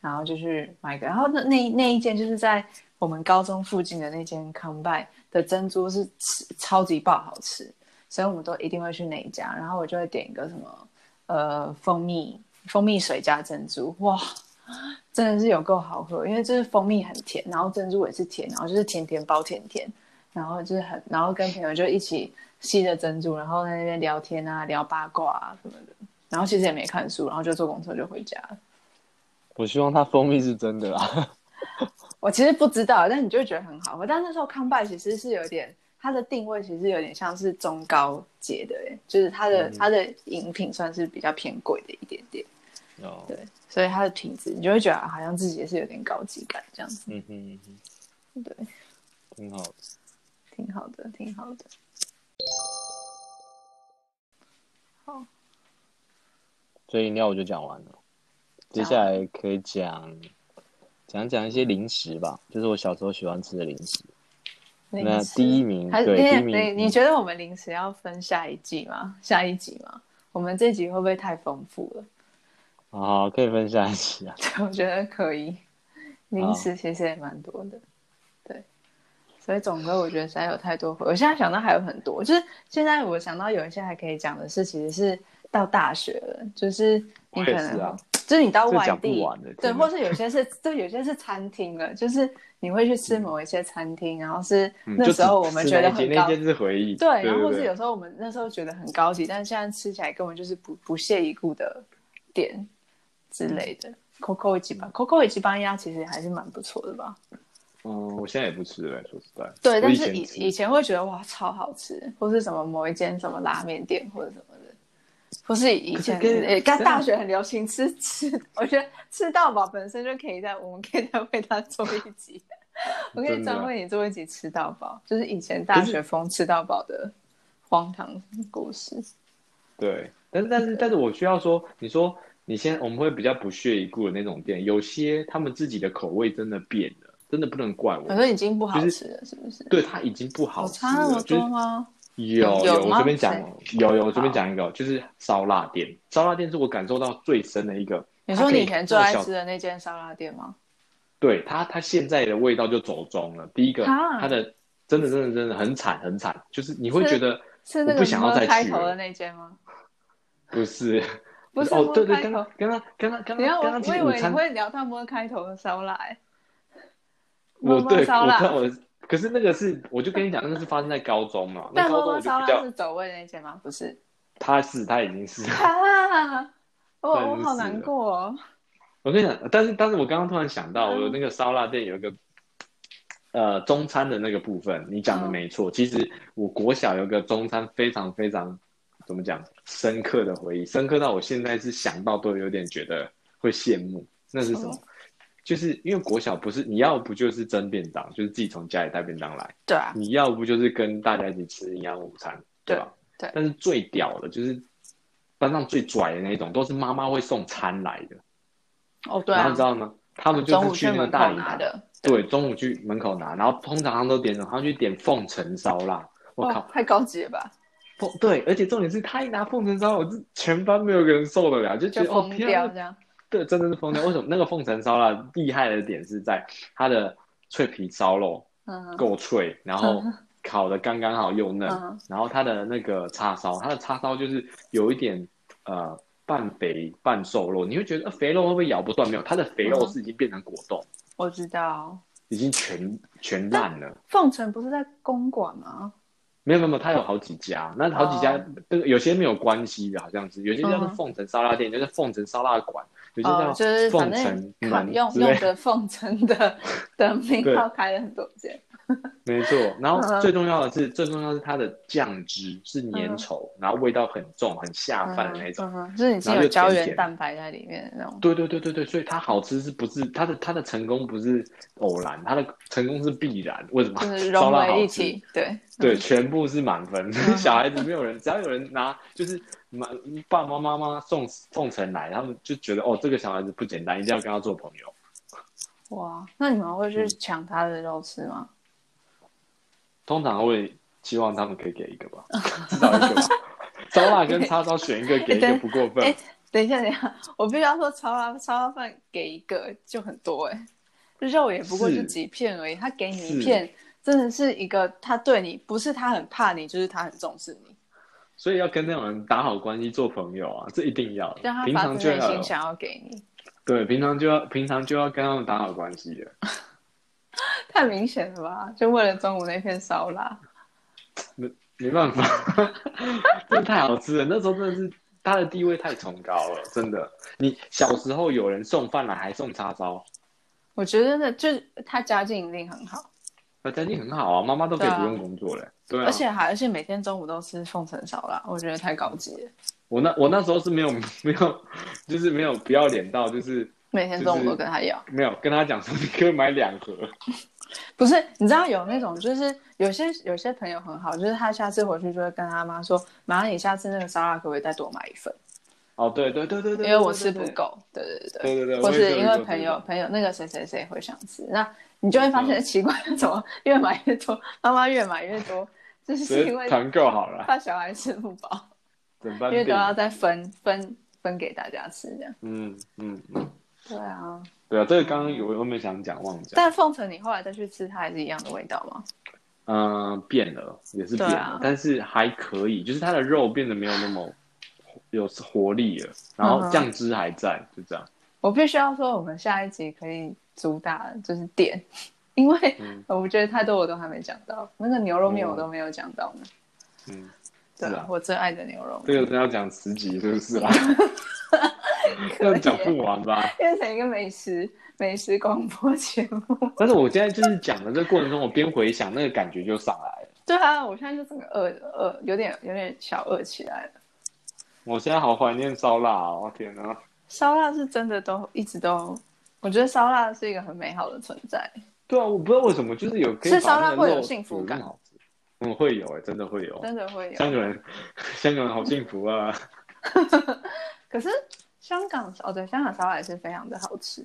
Speaker 1: 然后就去买个，然后那那那一间就是在我们高中附近的那间康拜的珍珠是吃超级爆好吃，所以我们都一定会去那一家，然后我就会点一个什么呃蜂蜜蜂蜜水加珍珠，哇，真的是有够好喝，因为就是蜂蜜很甜，然后珍珠也是甜，然后就是甜甜包甜甜，然后就是很，然后跟朋友就一起吸着珍珠，然后在那边聊天啊，聊八卦啊什么的，然后其实也没看书，然后就坐公车就回家了。
Speaker 2: 我希望它蜂蜜是真的啊啦。
Speaker 1: 我其实不知道，但你就会觉得很好喝。但那时候康拜其实是有点，它的定位其实有点像是中高阶的耶，就是它的、它的饮品算是比较偏贵的一点点，
Speaker 2: 哦，
Speaker 1: 对，所以它的品质你就会觉得好像自己也是有点高级感这样子，
Speaker 2: 嗯哼，嗯哼
Speaker 1: 对，
Speaker 2: 挺好的。
Speaker 1: 挺好的，挺好的。好，
Speaker 2: 所以饮料我就讲完了，接下来可以讲讲讲一些零食吧，就是我小时候喜欢吃的零食。那
Speaker 1: 零食
Speaker 2: 第一名，
Speaker 1: 还是
Speaker 2: 对，
Speaker 1: 你
Speaker 2: 第
Speaker 1: 也
Speaker 2: 一名，
Speaker 1: 你你觉得我们临时要分下一季吗？下一集吗？我们这集会不会太丰富了？
Speaker 2: 好好可以分享一起 啊？
Speaker 1: 我觉得可以，零食其实也蛮多的，对，所以总归我觉得实在有太多回。我现在想到还有很多，就是现在我想到有一些还可以讲的是，其实是到大学了，就是你可
Speaker 2: 我也
Speaker 1: 能
Speaker 2: 是啊
Speaker 1: 就是你到
Speaker 2: 这
Speaker 1: 外
Speaker 2: 讲不
Speaker 1: 地
Speaker 2: 完的，
Speaker 1: 对，
Speaker 2: 真的
Speaker 1: 或是有些是对，有些是餐厅了，就是你会去
Speaker 2: 嗯
Speaker 1: 吃某一些餐厅，然后是
Speaker 3: 嗯
Speaker 1: 那
Speaker 3: 就
Speaker 1: 时候
Speaker 3: 只
Speaker 1: 我们
Speaker 3: 是
Speaker 1: 觉
Speaker 3: 那
Speaker 1: 得
Speaker 3: 一间
Speaker 1: 很
Speaker 3: 那
Speaker 1: 高
Speaker 3: 一间是回忆，对，
Speaker 1: 对，然后或
Speaker 3: 对
Speaker 1: 是
Speaker 3: 对
Speaker 1: 有时候我们那时候觉得很高级，但现在吃起来根本就是不不屑一顾的点之类的。Coco 一起吧，Coco 一起班鸭其实还是蛮不错的吧？
Speaker 3: 嗯，我现在也不吃了，说实在，
Speaker 1: 对，
Speaker 3: 我
Speaker 1: 但
Speaker 3: 以
Speaker 1: 是
Speaker 3: 前
Speaker 1: 以
Speaker 3: 吃
Speaker 1: 以前会觉得哇超好吃，或是什么某一间什么拉面店或者什么的，不是以前
Speaker 2: 可是可以
Speaker 1: 呃，刚大学很流行吃吃，我觉得吃到饱本身就可以在，我们可以再为它做一集，我可以
Speaker 2: 真的
Speaker 1: 专为你做一集吃到饱，就是以前大学风吃到饱的荒唐故事。
Speaker 2: 对，但但是但是我需要说，你说你先，我们会比较不屑一顾的那种店，有些他们自己的口味真的变了，真的不能怪
Speaker 1: 反
Speaker 2: 我。
Speaker 1: 正已经不好吃了，是不是？
Speaker 2: 对，它已经不好
Speaker 1: 有
Speaker 2: 吃
Speaker 1: 差哦那
Speaker 2: 了，
Speaker 1: 么
Speaker 2: 就是
Speaker 1: 多吗？
Speaker 2: 有
Speaker 1: 有
Speaker 2: 有，
Speaker 1: 吗
Speaker 2: 我这边讲有有，我这边
Speaker 1: 好
Speaker 2: 讲一个，就是烧腊店，烧腊店是我感受到最深的一个。
Speaker 1: 你
Speaker 2: 它
Speaker 1: 说
Speaker 2: 可
Speaker 1: 你
Speaker 2: 以
Speaker 1: 以前最
Speaker 2: 做
Speaker 1: 爱
Speaker 2: 小
Speaker 1: 吃的那间烧腊店吗？
Speaker 2: 对它，它现在的味道就走中了。第一个，
Speaker 1: 啊
Speaker 2: 它的真的真的真的很惨很惨，就是你会觉得
Speaker 1: 是那
Speaker 2: 我
Speaker 1: 个
Speaker 2: 不想要
Speaker 1: 么
Speaker 2: 再
Speaker 1: 开
Speaker 2: 去
Speaker 1: 头
Speaker 2: 了
Speaker 1: 的那间吗？
Speaker 2: 不是
Speaker 1: 不是
Speaker 2: 哦，对
Speaker 1: 摸
Speaker 2: 对，
Speaker 1: 开
Speaker 2: 刚
Speaker 1: 头
Speaker 2: 刚刚刚刚刚
Speaker 1: 你看
Speaker 2: 刚
Speaker 1: 我，
Speaker 2: 刚其
Speaker 1: 我
Speaker 2: 实
Speaker 1: 以
Speaker 2: 午
Speaker 1: 为你
Speaker 2: 餐
Speaker 1: 会聊到摸开头的烧腊、欸，
Speaker 2: 我
Speaker 1: 摸摸
Speaker 2: 对我
Speaker 1: 烧腊
Speaker 2: 看我，可是那个是我就跟你讲，那是发生在高中嘛，那
Speaker 1: 但
Speaker 2: 高
Speaker 1: 摸
Speaker 2: 中我
Speaker 1: 摸
Speaker 2: 就
Speaker 1: 烧
Speaker 2: 比
Speaker 1: 腊
Speaker 2: 较
Speaker 1: 是走位那间吗？不是
Speaker 2: 他是他已经是，
Speaker 1: 啊，我
Speaker 2: 对
Speaker 1: 我
Speaker 2: 就是
Speaker 1: 好难过、哦。
Speaker 2: 我跟你讲，但是但是我刚刚突然想到，
Speaker 1: 嗯
Speaker 2: 我那个烧腊店有一个。呃，中餐的那个部分，你讲的
Speaker 1: 嗯
Speaker 2: 没错。其实我国小有个中餐非常非常怎么讲深刻的回忆，深刻到我现在是想到都有点觉得会羡慕。那是什么？
Speaker 1: 什
Speaker 2: 就是因为国小不是你要不就是蒸便当，就是自己从家里带便当来，
Speaker 1: 对啊，
Speaker 2: 你要不就是跟大家一起吃营养午餐，吧？
Speaker 1: 对对
Speaker 2: 但是最屌的就是班上最拽的那种，都是妈妈会送餐来的。
Speaker 1: 哦对
Speaker 2: 然
Speaker 1: 啊
Speaker 2: 后你知，道吗？他们就
Speaker 1: 中
Speaker 2: 是
Speaker 1: 午去
Speaker 2: 去那个
Speaker 1: 门
Speaker 2: 大
Speaker 1: 口
Speaker 2: 礼
Speaker 1: 拿
Speaker 2: 堂，
Speaker 1: 的，
Speaker 2: 对，中午去门口拿。然后通常他们都点什么？他们去点凤城烧腊。我
Speaker 1: 哇
Speaker 2: 靠，，
Speaker 1: 哦太高级了吧？
Speaker 2: 凤对，而且重点是他一拿凤城烧，我是全班没有一个人受得了，就觉
Speaker 1: 就
Speaker 2: 得哦
Speaker 1: 疯
Speaker 2: 天啊
Speaker 1: 掉，这样。
Speaker 2: 对，真的是疯掉。为什么那个凤城烧腊厉害的点是在它的脆皮烧肉
Speaker 1: 嗯
Speaker 2: 够脆，然后烤的刚刚好又嫩，
Speaker 1: 嗯
Speaker 2: 然后它的那个叉烧，它的叉烧就是有一点呃半肥半瘦肉，你会觉得、呃、肥肉会不会咬不断？没有，它的肥肉
Speaker 1: 嗯
Speaker 2: 是已经变成果冻，
Speaker 1: 我知道。
Speaker 2: 已经全全烂了。
Speaker 1: 凤城不是在公馆吗？
Speaker 2: 没有没有没有，它有好几家，那好几家
Speaker 1: 哦
Speaker 2: 这个、有些没有关系的，好像是有些叫做
Speaker 1: 嗯
Speaker 2: 凤城烧腊店，有些叫凤城烧腊馆，有些
Speaker 1: 哦，
Speaker 2: 叫
Speaker 1: 就是
Speaker 2: 凤
Speaker 1: 反
Speaker 2: 城
Speaker 1: 正
Speaker 2: 门、之
Speaker 1: 用
Speaker 2: 类
Speaker 1: 用
Speaker 2: 的
Speaker 1: 着凤城的 的名
Speaker 2: 对
Speaker 1: 号开了很多间。
Speaker 2: 没错，然后
Speaker 1: 嗯
Speaker 2: 最重要的是，最重要的是它的酱汁是粘稠，然后味道很重、很下饭的那种。
Speaker 1: 嗯哼，就是你是
Speaker 2: 然后
Speaker 1: 有
Speaker 2: 就
Speaker 1: 胶
Speaker 2: 甜
Speaker 1: 原
Speaker 2: 甜
Speaker 1: 蛋白在里面的那种。
Speaker 2: 对对对对对，所以它好吃是不是它的它的成功不是偶然，它的成功是必然。为什么
Speaker 1: 就是？
Speaker 2: 啊烧
Speaker 1: 融
Speaker 2: 腊
Speaker 1: 为
Speaker 2: 好
Speaker 1: 一
Speaker 2: 吃，
Speaker 1: 体，对，
Speaker 2: 对，全部是满分。
Speaker 1: 嗯
Speaker 2: 小孩子没有人，只要有人拿，就是妈爸爸妈妈送送成来，他们就觉得哦，这个小孩子不简单，一定要跟他做朋友。
Speaker 1: 哇，那你们会去
Speaker 2: 嗯
Speaker 1: 抢他的肉吃吗？
Speaker 2: 通常会希望他们可以给一 个吧，至少一个吧。烧腊跟叉烧选一个给一个
Speaker 1: 对
Speaker 2: 不过分。
Speaker 1: 哎等一下，等一下，我必须要说超拉超拉饭给一个就很多哎、肉也不过
Speaker 2: 是
Speaker 1: 就几片而已，他给你
Speaker 2: 是
Speaker 1: 一片，真的是一个他对你不是他很怕你，就是他很重视你，
Speaker 2: 所以要跟那种人打好关系，做朋友啊，这一定要的
Speaker 1: 让他
Speaker 2: 平
Speaker 1: 发
Speaker 2: 常
Speaker 1: 自
Speaker 2: 就
Speaker 1: 内
Speaker 2: 要
Speaker 1: 心
Speaker 2: 有
Speaker 1: 想要给你，
Speaker 2: 对，平常就要平常就要跟他们打好关系的。
Speaker 1: 太明显了吧？就为了中午那片烧腊，
Speaker 2: 没办法，真的太好吃了。那时候真的是他的地位太崇高了，真的。你小时候有人送饭来还送叉烧，
Speaker 1: 我觉得那就是他家境一定很好，
Speaker 2: 那家境很好啊，妈妈都可以
Speaker 1: 对啊
Speaker 2: 不用工作了。对啊，
Speaker 1: 而且还而且每天中午都吃凤城烧腊，我觉得太高级了，
Speaker 2: 我那我那时候是没有没有，就是没有不要脸到，就是
Speaker 1: 每天中午都跟他要。
Speaker 2: 没有跟他讲说你可以买两盒。
Speaker 1: 不是，你知道有那种，就是有些有些朋友很好，就是他下次回去就会跟他妈说，妈，你下次那个烧腊可不可以再多买一份？
Speaker 2: 哦，对对对对对，
Speaker 1: 因为我
Speaker 2: 对
Speaker 1: 吃不。够。对对对
Speaker 2: 对对对对，
Speaker 1: 或
Speaker 2: 我也
Speaker 1: 是
Speaker 2: 有
Speaker 1: 因
Speaker 2: 遇
Speaker 1: 为
Speaker 2: 过
Speaker 1: 朋
Speaker 2: 这
Speaker 1: 友
Speaker 2: 种
Speaker 1: 朋友那个谁谁谁会想吃，那你就会发现奇怪，怎么越买越多，妈妈越买越多，就是因
Speaker 2: 直接
Speaker 1: 为
Speaker 2: 团购好了。
Speaker 1: 怕小孩吃不饱，
Speaker 2: 整
Speaker 1: 因
Speaker 2: 班
Speaker 1: 为都
Speaker 2: 定
Speaker 1: 要再分分分给大家吃这样。
Speaker 2: 嗯嗯嗯，
Speaker 1: 对啊，
Speaker 2: 对啊，这个刚刚有我没想讲忘讲，
Speaker 1: 但凤城你后来再去吃，它还是一样的味道吗？
Speaker 2: 嗯、变了也是变了，
Speaker 1: 对啊
Speaker 2: 但是还可以，就是它的肉变得没有那么有活力了，然后
Speaker 1: 嗯
Speaker 2: 酱汁还在，就这样。
Speaker 1: 我必须要说，我们下一集可以主打就是点， 因为
Speaker 2: 嗯
Speaker 1: 我觉得太多我都还没讲到，那个牛肉面我都没有讲到呢。
Speaker 2: 嗯，
Speaker 1: 对
Speaker 2: 是
Speaker 1: 啊
Speaker 2: 啊，
Speaker 1: 我最爱的牛肉
Speaker 2: 这
Speaker 1: 面，
Speaker 2: 个真要讲十集是不是 啊？
Speaker 1: 可
Speaker 2: 这
Speaker 1: 以
Speaker 2: 样讲不完吧？
Speaker 1: 变成一个美食美食广播节目。
Speaker 2: 但是我现在就是讲的这过程中，我边回想那个感觉就上来了。
Speaker 1: 对啊，我现在就整个饿饿，有点有点小饿起来了。
Speaker 2: 我现在好怀念烧腊哦！天哪，
Speaker 1: 烧腊是真的都一直都，我觉得烧腊是一个很美好的存在。
Speaker 2: 对啊，我不知道为什么，就是有可以
Speaker 1: 吃烧
Speaker 2: 把
Speaker 1: 腊
Speaker 2: 那个
Speaker 1: 会有
Speaker 2: 肉
Speaker 1: 幸福
Speaker 2: 煮得
Speaker 1: 感
Speaker 2: 那么好吃嗯，会有哎、真的会有。
Speaker 1: 真的会有。
Speaker 2: 香港人， 香港人好幸福啊！
Speaker 1: 可是香港哦，对，香港烧腊也是非常的好吃，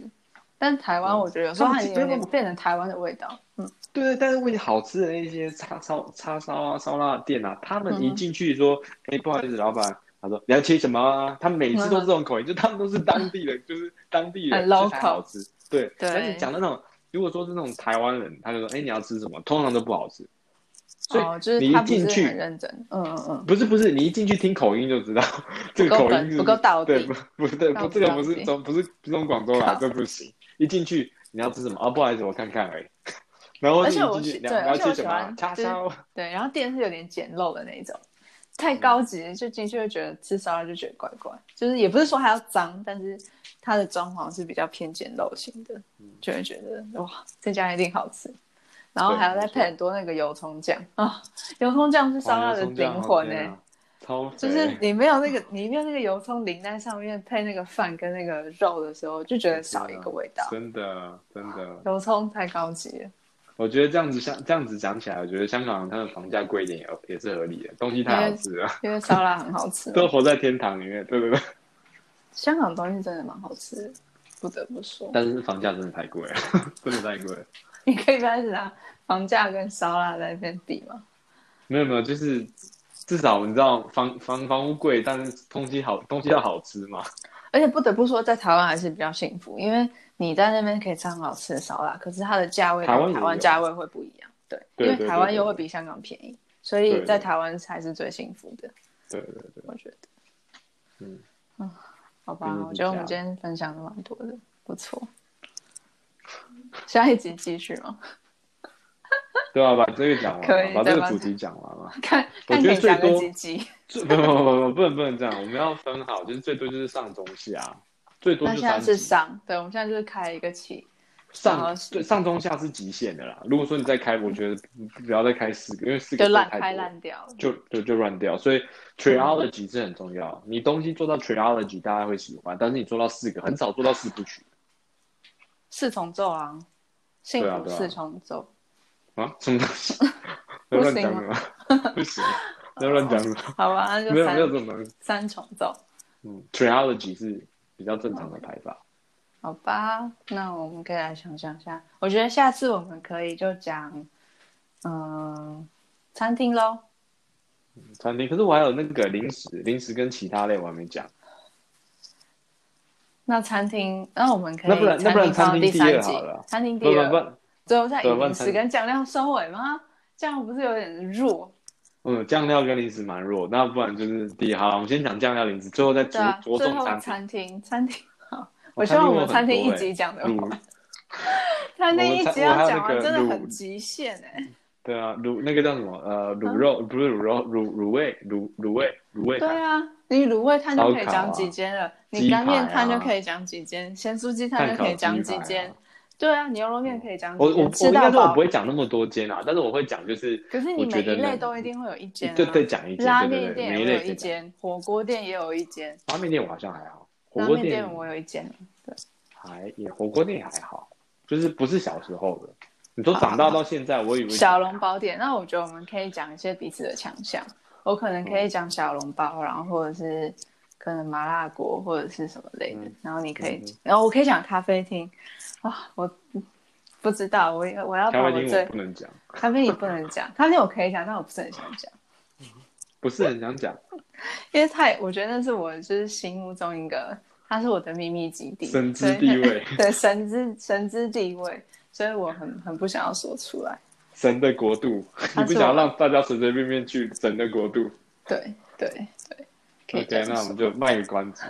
Speaker 1: 但台湾
Speaker 2: 嗯
Speaker 1: 我觉得有时候
Speaker 2: 他
Speaker 1: 还
Speaker 2: 们
Speaker 1: 有
Speaker 2: 其实
Speaker 1: 点变成台湾的味道。嗯，
Speaker 2: 对对，但是问题好吃的那些叉烧、叉烧啊、烧腊店啊，他们一
Speaker 1: 嗯
Speaker 2: 进去说：“哎、不好意思，老板。”他说：“你要切什么啊？”他每次都是这种口音，就他们都是当地人，就是当地人，
Speaker 1: 很
Speaker 2: 就才
Speaker 1: local
Speaker 2: 好吃。对，
Speaker 1: 对
Speaker 2: 但是讲的那种，如果说是那种台湾人，他就说：“哎、你要吃什么？”通常都不好吃。所以
Speaker 1: 哦，就是
Speaker 2: 你一
Speaker 1: 他不
Speaker 2: 进
Speaker 1: 是
Speaker 2: 去
Speaker 1: 很认真。嗯嗯嗯，
Speaker 2: 不是不是，你一进去听口音就知道这个
Speaker 1: 不够
Speaker 2: 口
Speaker 1: 本
Speaker 2: 音是
Speaker 1: 不够到
Speaker 2: 对，
Speaker 1: 底
Speaker 2: 不。不对，
Speaker 1: 到
Speaker 2: 不
Speaker 1: 底
Speaker 2: 这个
Speaker 1: 到
Speaker 2: 不是
Speaker 1: 底
Speaker 2: 中不是不是广州来
Speaker 1: 靠，
Speaker 2: 这不行。一进去你要吃什么？哦，不好意思，我看看而已。 然后
Speaker 1: 而
Speaker 2: 你
Speaker 1: 且我
Speaker 2: 一进去，
Speaker 1: 喜
Speaker 2: 你
Speaker 1: 对
Speaker 2: 要
Speaker 1: 而
Speaker 2: 你
Speaker 1: 且
Speaker 2: 要
Speaker 1: 我
Speaker 2: 吃
Speaker 1: 喜
Speaker 2: 什么啊
Speaker 1: 欢？
Speaker 2: 叉
Speaker 1: 就是
Speaker 2: 烧。
Speaker 1: 对，然后店是有点简陋的那一种，太高级就进去就觉得吃烧腊就觉得怪怪，就是也不是说它要脏，但是它的装潢是比较偏简陋型的，
Speaker 2: 嗯
Speaker 1: 就会觉得哇，这家一定好吃。然后
Speaker 2: 对
Speaker 1: 还要
Speaker 2: 没
Speaker 1: 再
Speaker 2: 错
Speaker 1: 配很多那个油葱酱啊，油葱酱
Speaker 2: 哦
Speaker 1: 是烧腊的灵魂欸呢、
Speaker 2: 啊欸超
Speaker 1: 就是 你没有那个你没有那个油葱淋在上面配那个饭跟那个肉的时候，就觉得少一个味道。
Speaker 2: 真的真的。
Speaker 1: 油葱太高级了，
Speaker 2: 我觉得这样子像这样子讲起来，我觉得香港人他们房价贵一点也也是合理的，东西太好吃了，
Speaker 1: 因为烧腊很好吃嘛。
Speaker 2: 都活在天堂里面，对对对。
Speaker 1: 香港东西真的蛮好吃的，不得不说。
Speaker 2: 但是房价真的太贵了，真的太贵了。
Speaker 1: 你可以开始拿房价跟烧腊在那边比吗？
Speaker 2: 没有没有，就是至少你知道房房房屋贵，但是东西好东西要好吃嘛。
Speaker 1: 而且不得不说，在台湾还是比较幸福，因为你在那边可以吃很好吃的烧腊，可是它的价位
Speaker 2: 台湾
Speaker 1: 跟
Speaker 2: 也
Speaker 1: 台
Speaker 2: 有
Speaker 1: 湾价位会不一样，对，因
Speaker 2: 对对
Speaker 1: 为
Speaker 2: 对
Speaker 1: 台湾
Speaker 2: 对
Speaker 1: 又
Speaker 2: 对
Speaker 1: 会比香港便宜，所
Speaker 2: 对
Speaker 1: 以
Speaker 2: 对
Speaker 1: 在台湾才是最幸福的，
Speaker 2: 对对对，
Speaker 1: 我觉得。
Speaker 2: 嗯
Speaker 1: 好吧
Speaker 2: 跟你，
Speaker 1: 我觉得我们
Speaker 2: 比较
Speaker 1: 今天分享的蛮多的，不错。下一集继续吗？
Speaker 2: 对啊，把这个讲完
Speaker 1: 可以
Speaker 2: 嘛，把这
Speaker 1: 对
Speaker 2: 个
Speaker 1: 吧
Speaker 2: 主题讲完嘛。
Speaker 1: 看
Speaker 2: 我
Speaker 1: 看
Speaker 2: 觉
Speaker 1: 可以
Speaker 2: 得
Speaker 1: 讲个
Speaker 2: 最多
Speaker 1: 几集？
Speaker 2: 最不不不不不能不能这样，我们要分好，就是最多就是上中下，最多
Speaker 1: 那
Speaker 2: 就
Speaker 1: 现在
Speaker 2: 三
Speaker 1: 是
Speaker 2: 集。
Speaker 1: 上，对，我们现在就是开一个起，
Speaker 2: 上
Speaker 1: 好
Speaker 2: 对上中下是极限的啦。如果说你再开，我觉得不要再开四个，因为四个
Speaker 1: 就乱
Speaker 2: 太多
Speaker 1: 开烂掉了。
Speaker 2: 就就就乱掉。所以 trilogy 是很重要，你东西做到 trilogy 大家会喜欢，但是你做到四个很少做到四部曲
Speaker 1: 四重奏啊，幸
Speaker 2: 对啊
Speaker 1: 福
Speaker 2: 对啊
Speaker 1: 四重奏。
Speaker 2: 啊，什么东 西？不
Speaker 1: 不
Speaker 2: 要
Speaker 1: 行啊
Speaker 2: 乱讲什么？不行，不要乱讲什么？
Speaker 1: 好吧，那
Speaker 2: 没
Speaker 1: 就
Speaker 2: 有没有
Speaker 1: 三
Speaker 2: 这种东西。
Speaker 1: 三重奏，
Speaker 2: 嗯，trilogy 是比较正常的排法。
Speaker 1: 好吧？那我们可以来想象一下，我觉得下次我们可以就讲，嗯、餐厅喽。
Speaker 2: 餐厅，可是我还有那个零食，零食跟其他类我还没讲。
Speaker 1: 那餐厅，那我们可以
Speaker 2: 那不然那不然
Speaker 1: 餐厅放到
Speaker 2: 餐厅第
Speaker 1: 三
Speaker 2: 二
Speaker 1: 集
Speaker 2: 好了，
Speaker 1: 餐厅
Speaker 2: 不
Speaker 1: 第
Speaker 2: 不
Speaker 1: 二，
Speaker 2: 不，
Speaker 1: 最后再以
Speaker 2: 对不然
Speaker 1: 饮
Speaker 2: 餐
Speaker 1: 食跟酱料收尾吗？这样不是有点弱？
Speaker 2: 嗯，酱料跟零食蛮弱，那不然就是第一好了，我们先讲酱料零食，最后再着
Speaker 1: 对啊，
Speaker 2: 着
Speaker 1: 最
Speaker 2: 重
Speaker 1: 后
Speaker 2: 餐厅。
Speaker 1: 餐厅，餐厅。好，
Speaker 2: 我
Speaker 1: 我希望我
Speaker 2: 我
Speaker 1: 们餐厅一
Speaker 2: 很多
Speaker 1: 集讲的，
Speaker 2: 欸卤，
Speaker 1: 餐厅一集要讲
Speaker 2: 我还有那
Speaker 1: 完
Speaker 2: 个
Speaker 1: 真的很
Speaker 2: 卤
Speaker 1: 极限哎、
Speaker 2: 对啊，卤那个叫什么？呃，卤肉不是卤肉，卤卤味，卤卤味，卤味
Speaker 1: 嗯对
Speaker 2: 摊，
Speaker 1: 啊，你卤味摊就可以
Speaker 2: 烧烤啊
Speaker 1: 讲几间了，
Speaker 2: 鸡
Speaker 1: 你
Speaker 2: 排啊
Speaker 1: 干面摊就可以讲几间，咸酥鸡摊
Speaker 2: 蛋
Speaker 1: 就
Speaker 2: 烤
Speaker 1: 可以讲
Speaker 2: 鸡
Speaker 1: 几
Speaker 2: 排
Speaker 1: 间
Speaker 2: 啊。。嗯
Speaker 1: 对啊，牛肉面可以讲几
Speaker 2: 我我
Speaker 1: 间，
Speaker 2: 我
Speaker 1: 吃
Speaker 2: 应该
Speaker 1: 到
Speaker 2: 说我
Speaker 1: 饱
Speaker 2: 不。会讲那么多间啊，但是我会讲就是
Speaker 1: 可是你
Speaker 2: 我
Speaker 1: 每
Speaker 2: 觉
Speaker 1: 一
Speaker 2: 得
Speaker 1: 类
Speaker 2: 能
Speaker 1: 都一定会有一间啊，
Speaker 2: 对对讲一间，
Speaker 1: 拉
Speaker 2: 对
Speaker 1: 面
Speaker 2: 对对，
Speaker 1: 店
Speaker 2: 每
Speaker 1: 也
Speaker 2: 一
Speaker 1: 有
Speaker 2: 类
Speaker 1: 一
Speaker 2: 可以讲。
Speaker 1: 间，火锅店也有一间，
Speaker 2: 拉面店我好像还好，火
Speaker 1: 拉
Speaker 2: 锅
Speaker 1: 面
Speaker 2: 店
Speaker 1: 店我有一间。
Speaker 2: 还也火锅店也还好，就是不是小时候的。你说长大到现在，我以为
Speaker 1: 啊小笼包店，那我觉得我们可以讲一些彼此的强项。我可能可
Speaker 2: 嗯
Speaker 1: 以讲小笼包，然后或者是可能麻辣锅或者是什么类的，
Speaker 2: 嗯
Speaker 1: 然后你可以，
Speaker 2: 嗯
Speaker 1: 然后我可以讲咖啡厅啊，我不知道，我我要把
Speaker 2: 咖
Speaker 1: 我
Speaker 2: 啡厅我
Speaker 1: 最
Speaker 2: 不能讲，
Speaker 1: 咖啡厅不能讲，咖啡厅我可以讲，但我不是很想讲，
Speaker 2: 不是很想讲
Speaker 1: 因为太我觉得那是我就是心目中一个，它是我的秘密基地，
Speaker 2: 神之
Speaker 1: 所以
Speaker 2: 地位，
Speaker 1: 对神之神之地位，所以我很很不想要说出来，
Speaker 2: 神的国度，你
Speaker 1: 他
Speaker 2: 不
Speaker 1: 啊是我
Speaker 2: 想要让大家随随便便去神的国度。
Speaker 1: 对对对，可以这
Speaker 2: OK，
Speaker 1: 样
Speaker 2: 那我
Speaker 1: 说
Speaker 2: 们就卖个 关子，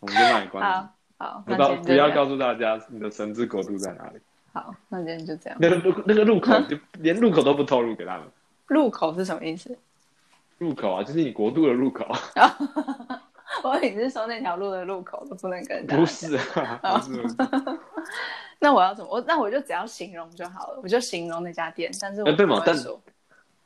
Speaker 2: 我们就卖个关子，
Speaker 1: 好好，
Speaker 2: 不
Speaker 1: 那
Speaker 2: 告
Speaker 1: 今天
Speaker 2: 不
Speaker 1: 就这
Speaker 2: 要
Speaker 1: 样。
Speaker 2: 告诉大家你的神之国度在哪里。
Speaker 1: 好，那今天就这样。
Speaker 2: 那个路那个入 口就连入口都不透露给他们，
Speaker 1: 入口是什么意思？
Speaker 2: 入口啊，就是你国度的入口，
Speaker 1: 我以为是说那条路的入口都不能跟大家讲。
Speaker 2: 不是
Speaker 1: 哦
Speaker 2: 啊，不 是。
Speaker 1: 那我要怎么？我那我就只要形容就好了，我就形容那家店，但是我
Speaker 2: 哎对嘛
Speaker 1: 不会说。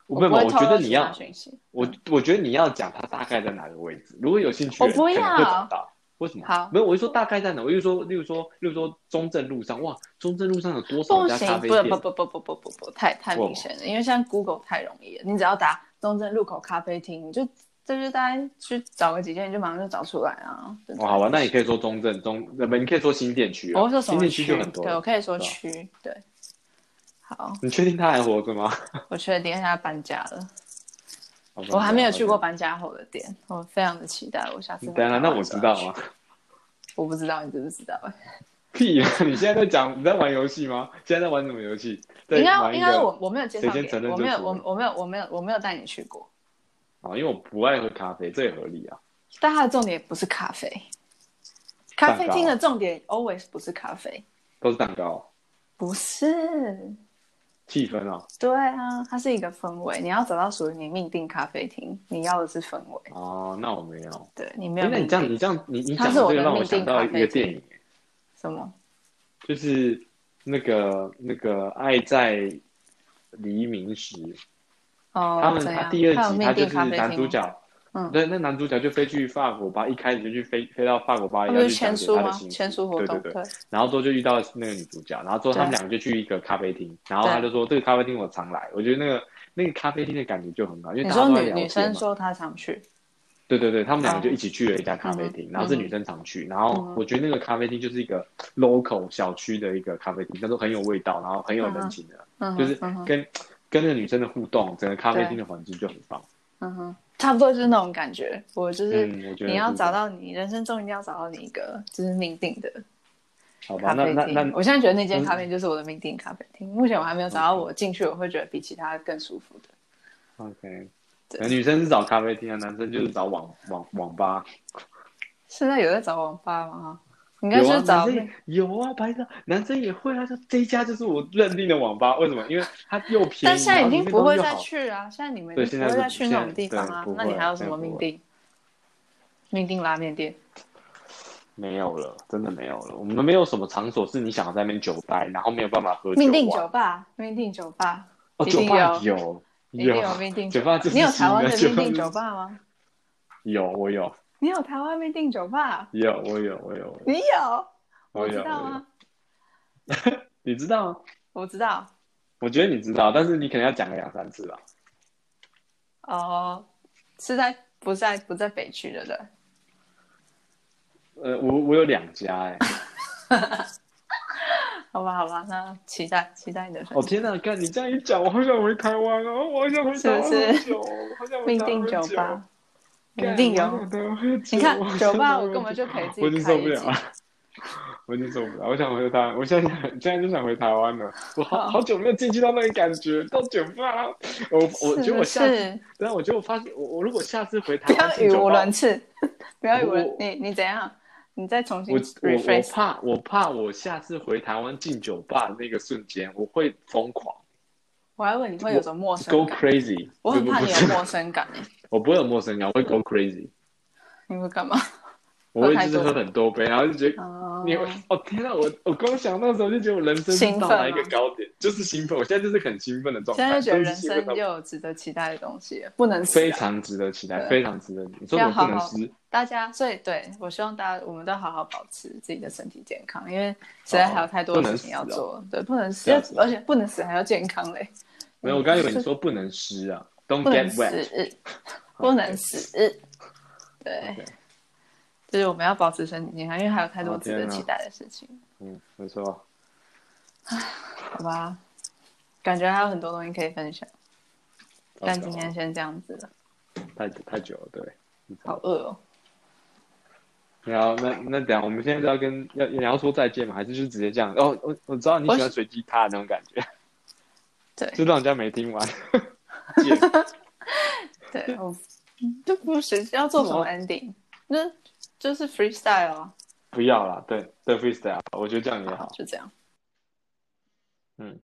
Speaker 1: 我
Speaker 2: 没有，
Speaker 1: 不会
Speaker 2: 我
Speaker 1: 透
Speaker 2: 觉得
Speaker 1: 露
Speaker 2: 你
Speaker 1: 其
Speaker 2: 要
Speaker 1: 他讯息。
Speaker 2: 我我觉得你要讲他大概在哪个位置，如果有兴趣的人
Speaker 1: 我不
Speaker 2: 可能会
Speaker 1: 要
Speaker 2: 找到。为什么？
Speaker 1: 好
Speaker 2: 没有，我就说大概在哪，我就说，例如说，例如说中正路上，哇，中正路上有多少
Speaker 1: 不
Speaker 2: 家咖
Speaker 1: 行，
Speaker 2: 啡
Speaker 1: 不
Speaker 2: 店？
Speaker 1: 不不不不不不不，太太
Speaker 2: 为什
Speaker 1: 明
Speaker 2: 么
Speaker 1: 显了，因为现在 Google 太容易了，你只要打中正路口咖啡厅，你就这就大家去找个几间，你就马上就找出来啊。真的
Speaker 2: 哦，好吧，那你可以说中正中，呃不，你可以说新店区啊。
Speaker 1: 我会哦说什
Speaker 2: 新
Speaker 1: 么
Speaker 2: 店区就很多
Speaker 1: 对，我
Speaker 2: 了。
Speaker 1: 可以说
Speaker 2: 对啊
Speaker 1: 区，对。好，
Speaker 2: 你确定他还活着吗？
Speaker 1: 我确定他搬家了，
Speaker 2: 好吧
Speaker 1: 我还没有去过。搬家后的店，我非常的期待，我下次。
Speaker 2: 你等一下，那我知道
Speaker 1: 啊，
Speaker 2: 吗？
Speaker 1: 我不知道你知不知道？
Speaker 2: 屁啊！你现在在讲你在玩游戏吗？现在在玩什么游戏？在
Speaker 1: 应该
Speaker 2: 玩一
Speaker 1: 应
Speaker 2: 个
Speaker 1: 该我我没有介绍
Speaker 2: 谁
Speaker 1: 给
Speaker 2: 先承
Speaker 1: 你，
Speaker 2: 认
Speaker 1: 我没有
Speaker 2: 就
Speaker 1: 我
Speaker 2: 输了
Speaker 1: 我没有我没有我没有带你去过，
Speaker 2: 啊，因为我不爱喝咖啡，这也合理啊。
Speaker 1: 但它的重点不是咖啡，咖啡厅的重点 always 不是咖啡，
Speaker 2: 都是蛋糕，
Speaker 1: 不是，
Speaker 2: 气氛啊。
Speaker 1: 对啊，它是一个氛围，你要找到属于你命定咖啡厅，你要的是氛围，
Speaker 2: 哦，那我没有。
Speaker 1: 对你没有
Speaker 2: 哎那
Speaker 1: 命
Speaker 2: 你这样，
Speaker 1: 定
Speaker 2: 你这样，你你
Speaker 1: 它
Speaker 2: 讲
Speaker 1: 是
Speaker 2: 的
Speaker 1: 我
Speaker 2: 这
Speaker 1: 的
Speaker 2: 个让我
Speaker 1: 命定
Speaker 2: 想到
Speaker 1: 咖
Speaker 2: 一
Speaker 1: 啡
Speaker 2: 个
Speaker 1: 厅
Speaker 2: 电影，
Speaker 1: 什么？
Speaker 2: 就是那个那个《爱在黎明时》，
Speaker 1: 哦，
Speaker 2: 他们
Speaker 1: 怎
Speaker 2: 他
Speaker 1: 样
Speaker 2: 第二
Speaker 1: 它有
Speaker 2: 集
Speaker 1: 命
Speaker 2: 他就
Speaker 1: 定
Speaker 2: 是
Speaker 1: 咖啡
Speaker 2: 男主
Speaker 1: 厅，
Speaker 2: 角，
Speaker 1: 嗯
Speaker 2: 对，那男主角就飞去法国巴，一开始就去飞飞到法国巴
Speaker 1: 他
Speaker 2: 黎，
Speaker 1: 不
Speaker 2: 要
Speaker 1: 是
Speaker 2: 去
Speaker 1: 签
Speaker 2: 讲解
Speaker 1: 书
Speaker 2: 他的
Speaker 1: 吗
Speaker 2: 心？
Speaker 1: 签
Speaker 2: 情
Speaker 1: 书活
Speaker 2: 对
Speaker 1: 动，
Speaker 2: 对对。然后之后就遇到那个女主角，然后之后他们两个就去一个咖啡厅，然后他就说这个咖啡厅我常来，我觉得那个那个咖啡厅的感觉就很好，因为
Speaker 1: 你
Speaker 2: 大家
Speaker 1: 说
Speaker 2: 都在
Speaker 1: 女
Speaker 2: 聊
Speaker 1: 女
Speaker 2: 天
Speaker 1: 生
Speaker 2: 嘛。
Speaker 1: 说她常去，
Speaker 2: 对对对，他们两
Speaker 1: 哦
Speaker 2: 个就一起去了一家咖啡厅，然后是女生常去，然后
Speaker 1: 嗯
Speaker 2: 我觉得那个咖啡厅就是一个 local 小区的一个咖啡厅，但是很有味道，然后很有人情的，
Speaker 1: 嗯哼，
Speaker 2: 就是
Speaker 1: 嗯哼
Speaker 2: 跟跟那个女生的互动，整个咖啡厅
Speaker 1: 对
Speaker 2: 的环境就很棒。
Speaker 1: 嗯哼，差不多就是那种感觉。我就是、
Speaker 2: 嗯我觉得
Speaker 1: 你要
Speaker 2: 是
Speaker 1: 找到你人生中一定要找到你一个就是命定的
Speaker 2: 好吧，
Speaker 1: 咖
Speaker 2: 那
Speaker 1: 啡
Speaker 2: 那
Speaker 1: 厅。
Speaker 2: 那嗯
Speaker 1: 我现在觉得那间咖啡厅就是我的命定咖啡厅。目前我还没有找到我进去我会觉得比其他更舒服的。
Speaker 2: OK，
Speaker 1: 对
Speaker 2: 呃女生是找咖啡厅啊，男生就是找网网网吧。
Speaker 1: 现在有在找网吧吗？应该
Speaker 2: 有啊，
Speaker 1: 是找
Speaker 2: 男生也有啊，白的男生也会啊，就这一家就是我认定的网吧。为什么？因为它又便宜，
Speaker 1: 但现在已
Speaker 2: 然后
Speaker 1: 经
Speaker 2: 里面
Speaker 1: 不会
Speaker 2: 东西
Speaker 1: 再
Speaker 2: 又好
Speaker 1: 去啊！现在你们
Speaker 2: 对
Speaker 1: 已经
Speaker 2: 现
Speaker 1: 不
Speaker 2: 在
Speaker 1: 会再
Speaker 2: 是
Speaker 1: 去那种
Speaker 2: 现在
Speaker 1: 地方啊
Speaker 2: 对不。
Speaker 1: 那你
Speaker 2: 会
Speaker 1: 还有
Speaker 2: 现
Speaker 1: 什
Speaker 2: 在
Speaker 1: 么
Speaker 2: 不
Speaker 1: 命
Speaker 2: 会
Speaker 1: 定？命定拉面店，
Speaker 2: 没有了，真的没有了。我们没有什么场所是你想要在那边久待，然后没有办法喝酒玩。
Speaker 1: 命定酒吧，命定酒吧，
Speaker 2: 哦，
Speaker 1: 一
Speaker 2: 酒
Speaker 1: 定
Speaker 2: 吧
Speaker 1: 有
Speaker 2: 有
Speaker 1: 一定有命定
Speaker 2: 酒吧就是
Speaker 1: 你有台湾的
Speaker 2: 新
Speaker 1: 命
Speaker 2: 的
Speaker 1: 定
Speaker 2: 酒吧
Speaker 1: 酒吧吗？
Speaker 2: 有，我有
Speaker 1: 你有台湾命定酒吧？
Speaker 2: 有我有我有
Speaker 1: 你有？
Speaker 2: 我
Speaker 1: 我知
Speaker 2: 有，
Speaker 1: 道
Speaker 2: 我有
Speaker 1: 啊，
Speaker 2: 你知道吗？
Speaker 1: 我知道。
Speaker 2: 我觉得你知道，但是你可能要讲个两三次吧。
Speaker 1: 哦，是在不在不在北区，对不对？
Speaker 2: 呃，我我有两家哎、
Speaker 1: 好吧，好吧，那期待期待你的
Speaker 2: 哦天哪！看你这样一讲，我好想回台湾哦，我好想回台湾
Speaker 1: 是不是
Speaker 2: 喝酒哦，我好想回
Speaker 1: 命
Speaker 2: 台湾
Speaker 1: 定
Speaker 2: 喝
Speaker 1: 酒
Speaker 2: 酒
Speaker 1: 吧，，
Speaker 2: 干
Speaker 1: 一定
Speaker 2: 我好
Speaker 1: 有
Speaker 2: 想。回台湾喝酒
Speaker 1: 你看
Speaker 2: 我
Speaker 1: 酒吧，
Speaker 2: 真的
Speaker 1: 我根本就可以自
Speaker 2: 我已
Speaker 1: 己
Speaker 2: 经
Speaker 1: 开
Speaker 2: 受不
Speaker 1: 一
Speaker 2: 了
Speaker 1: 集
Speaker 2: 了。，我已经受不了，我想回台湾，我现在想现在就想回台湾了，我好好久没有进去到那个感觉，到酒吧，啊我
Speaker 1: 是
Speaker 2: 我觉得我
Speaker 1: 不
Speaker 2: 下次，
Speaker 1: 是？
Speaker 2: 但我觉得我发现我我如果下次回
Speaker 1: 不
Speaker 2: 台湾
Speaker 1: 要
Speaker 2: 进
Speaker 1: 语
Speaker 2: 酒
Speaker 1: 无
Speaker 2: 吧
Speaker 1: 伦，次，不要语无伦
Speaker 2: 我，
Speaker 1: 你你怎样？你再重新
Speaker 2: 我我我
Speaker 1: rephrase。
Speaker 2: 怕我怕我下次回台湾进酒吧那个瞬间我会疯狂
Speaker 1: 我还以为你会有种陌生
Speaker 2: ，go
Speaker 1: 感，
Speaker 2: crazy，
Speaker 1: 我很怕
Speaker 2: 不
Speaker 1: 你啊
Speaker 2: 不
Speaker 1: 有陌生感诶。
Speaker 2: 我不会有陌生感，我会 go crazy，
Speaker 1: 你会干嘛？
Speaker 2: 我
Speaker 1: 喝
Speaker 2: 会
Speaker 1: 太
Speaker 2: 就是
Speaker 1: 多
Speaker 2: 喝很多杯，然后就觉得。
Speaker 1: 哦，
Speaker 2: 你哦天呐，我我光想到时候就觉得我人生是到达一个
Speaker 1: 兴奋吗
Speaker 2: 高点，就是兴奋。我现在就是很兴奋的状态，
Speaker 1: 现在就觉得
Speaker 2: 真
Speaker 1: 人
Speaker 2: 是兴奋
Speaker 1: 生
Speaker 2: 到
Speaker 1: 又有值得期待的东西了，不能死
Speaker 2: 啊非
Speaker 1: 啊
Speaker 2: 常值得期待，
Speaker 1: 对
Speaker 2: 非常值得。你说
Speaker 1: 要
Speaker 2: 我不
Speaker 1: 好
Speaker 2: 能
Speaker 1: 好嗯
Speaker 2: 失，
Speaker 1: 大家，所以对我希望大家，我们都好好保持自己的身体健康，因为实在还有太多
Speaker 2: 不能
Speaker 1: 事情要
Speaker 2: 死哦
Speaker 1: 做，对，不能死，
Speaker 2: 这
Speaker 1: 要
Speaker 2: 样子
Speaker 1: 而且不能死还要健康嘞，
Speaker 2: 没有，我刚刚以为你说不能失啊，Don't
Speaker 1: 不能
Speaker 2: get
Speaker 1: 死
Speaker 2: wet。，
Speaker 1: 不能死，对
Speaker 2: OK，
Speaker 1: 就是我们要保持身体健康，因为还有太多
Speaker 2: 哦
Speaker 1: 值
Speaker 2: 天
Speaker 1: 得
Speaker 2: 哪
Speaker 1: 期待的事情，
Speaker 2: 嗯，没错。
Speaker 1: 好吧？感觉还有很多东西可以分享，但今天
Speaker 2: 糟
Speaker 1: 先这样子了，
Speaker 2: 糕太太久了，对。
Speaker 1: 好饿哦，
Speaker 2: 然后那那等一下，我们现在是要跟要你要说再见吗？还是就直接这样？哦，我我知道你喜欢随机卡那种感觉，
Speaker 1: 对
Speaker 2: 就让人家没 听完。
Speaker 1: 对， 我嗯就不是要做什么 ending，那就是 freestyle 啊，
Speaker 2: 不要啦，对对，freestyle，我觉得这样也好
Speaker 1: 好，。就这样。
Speaker 2: 嗯。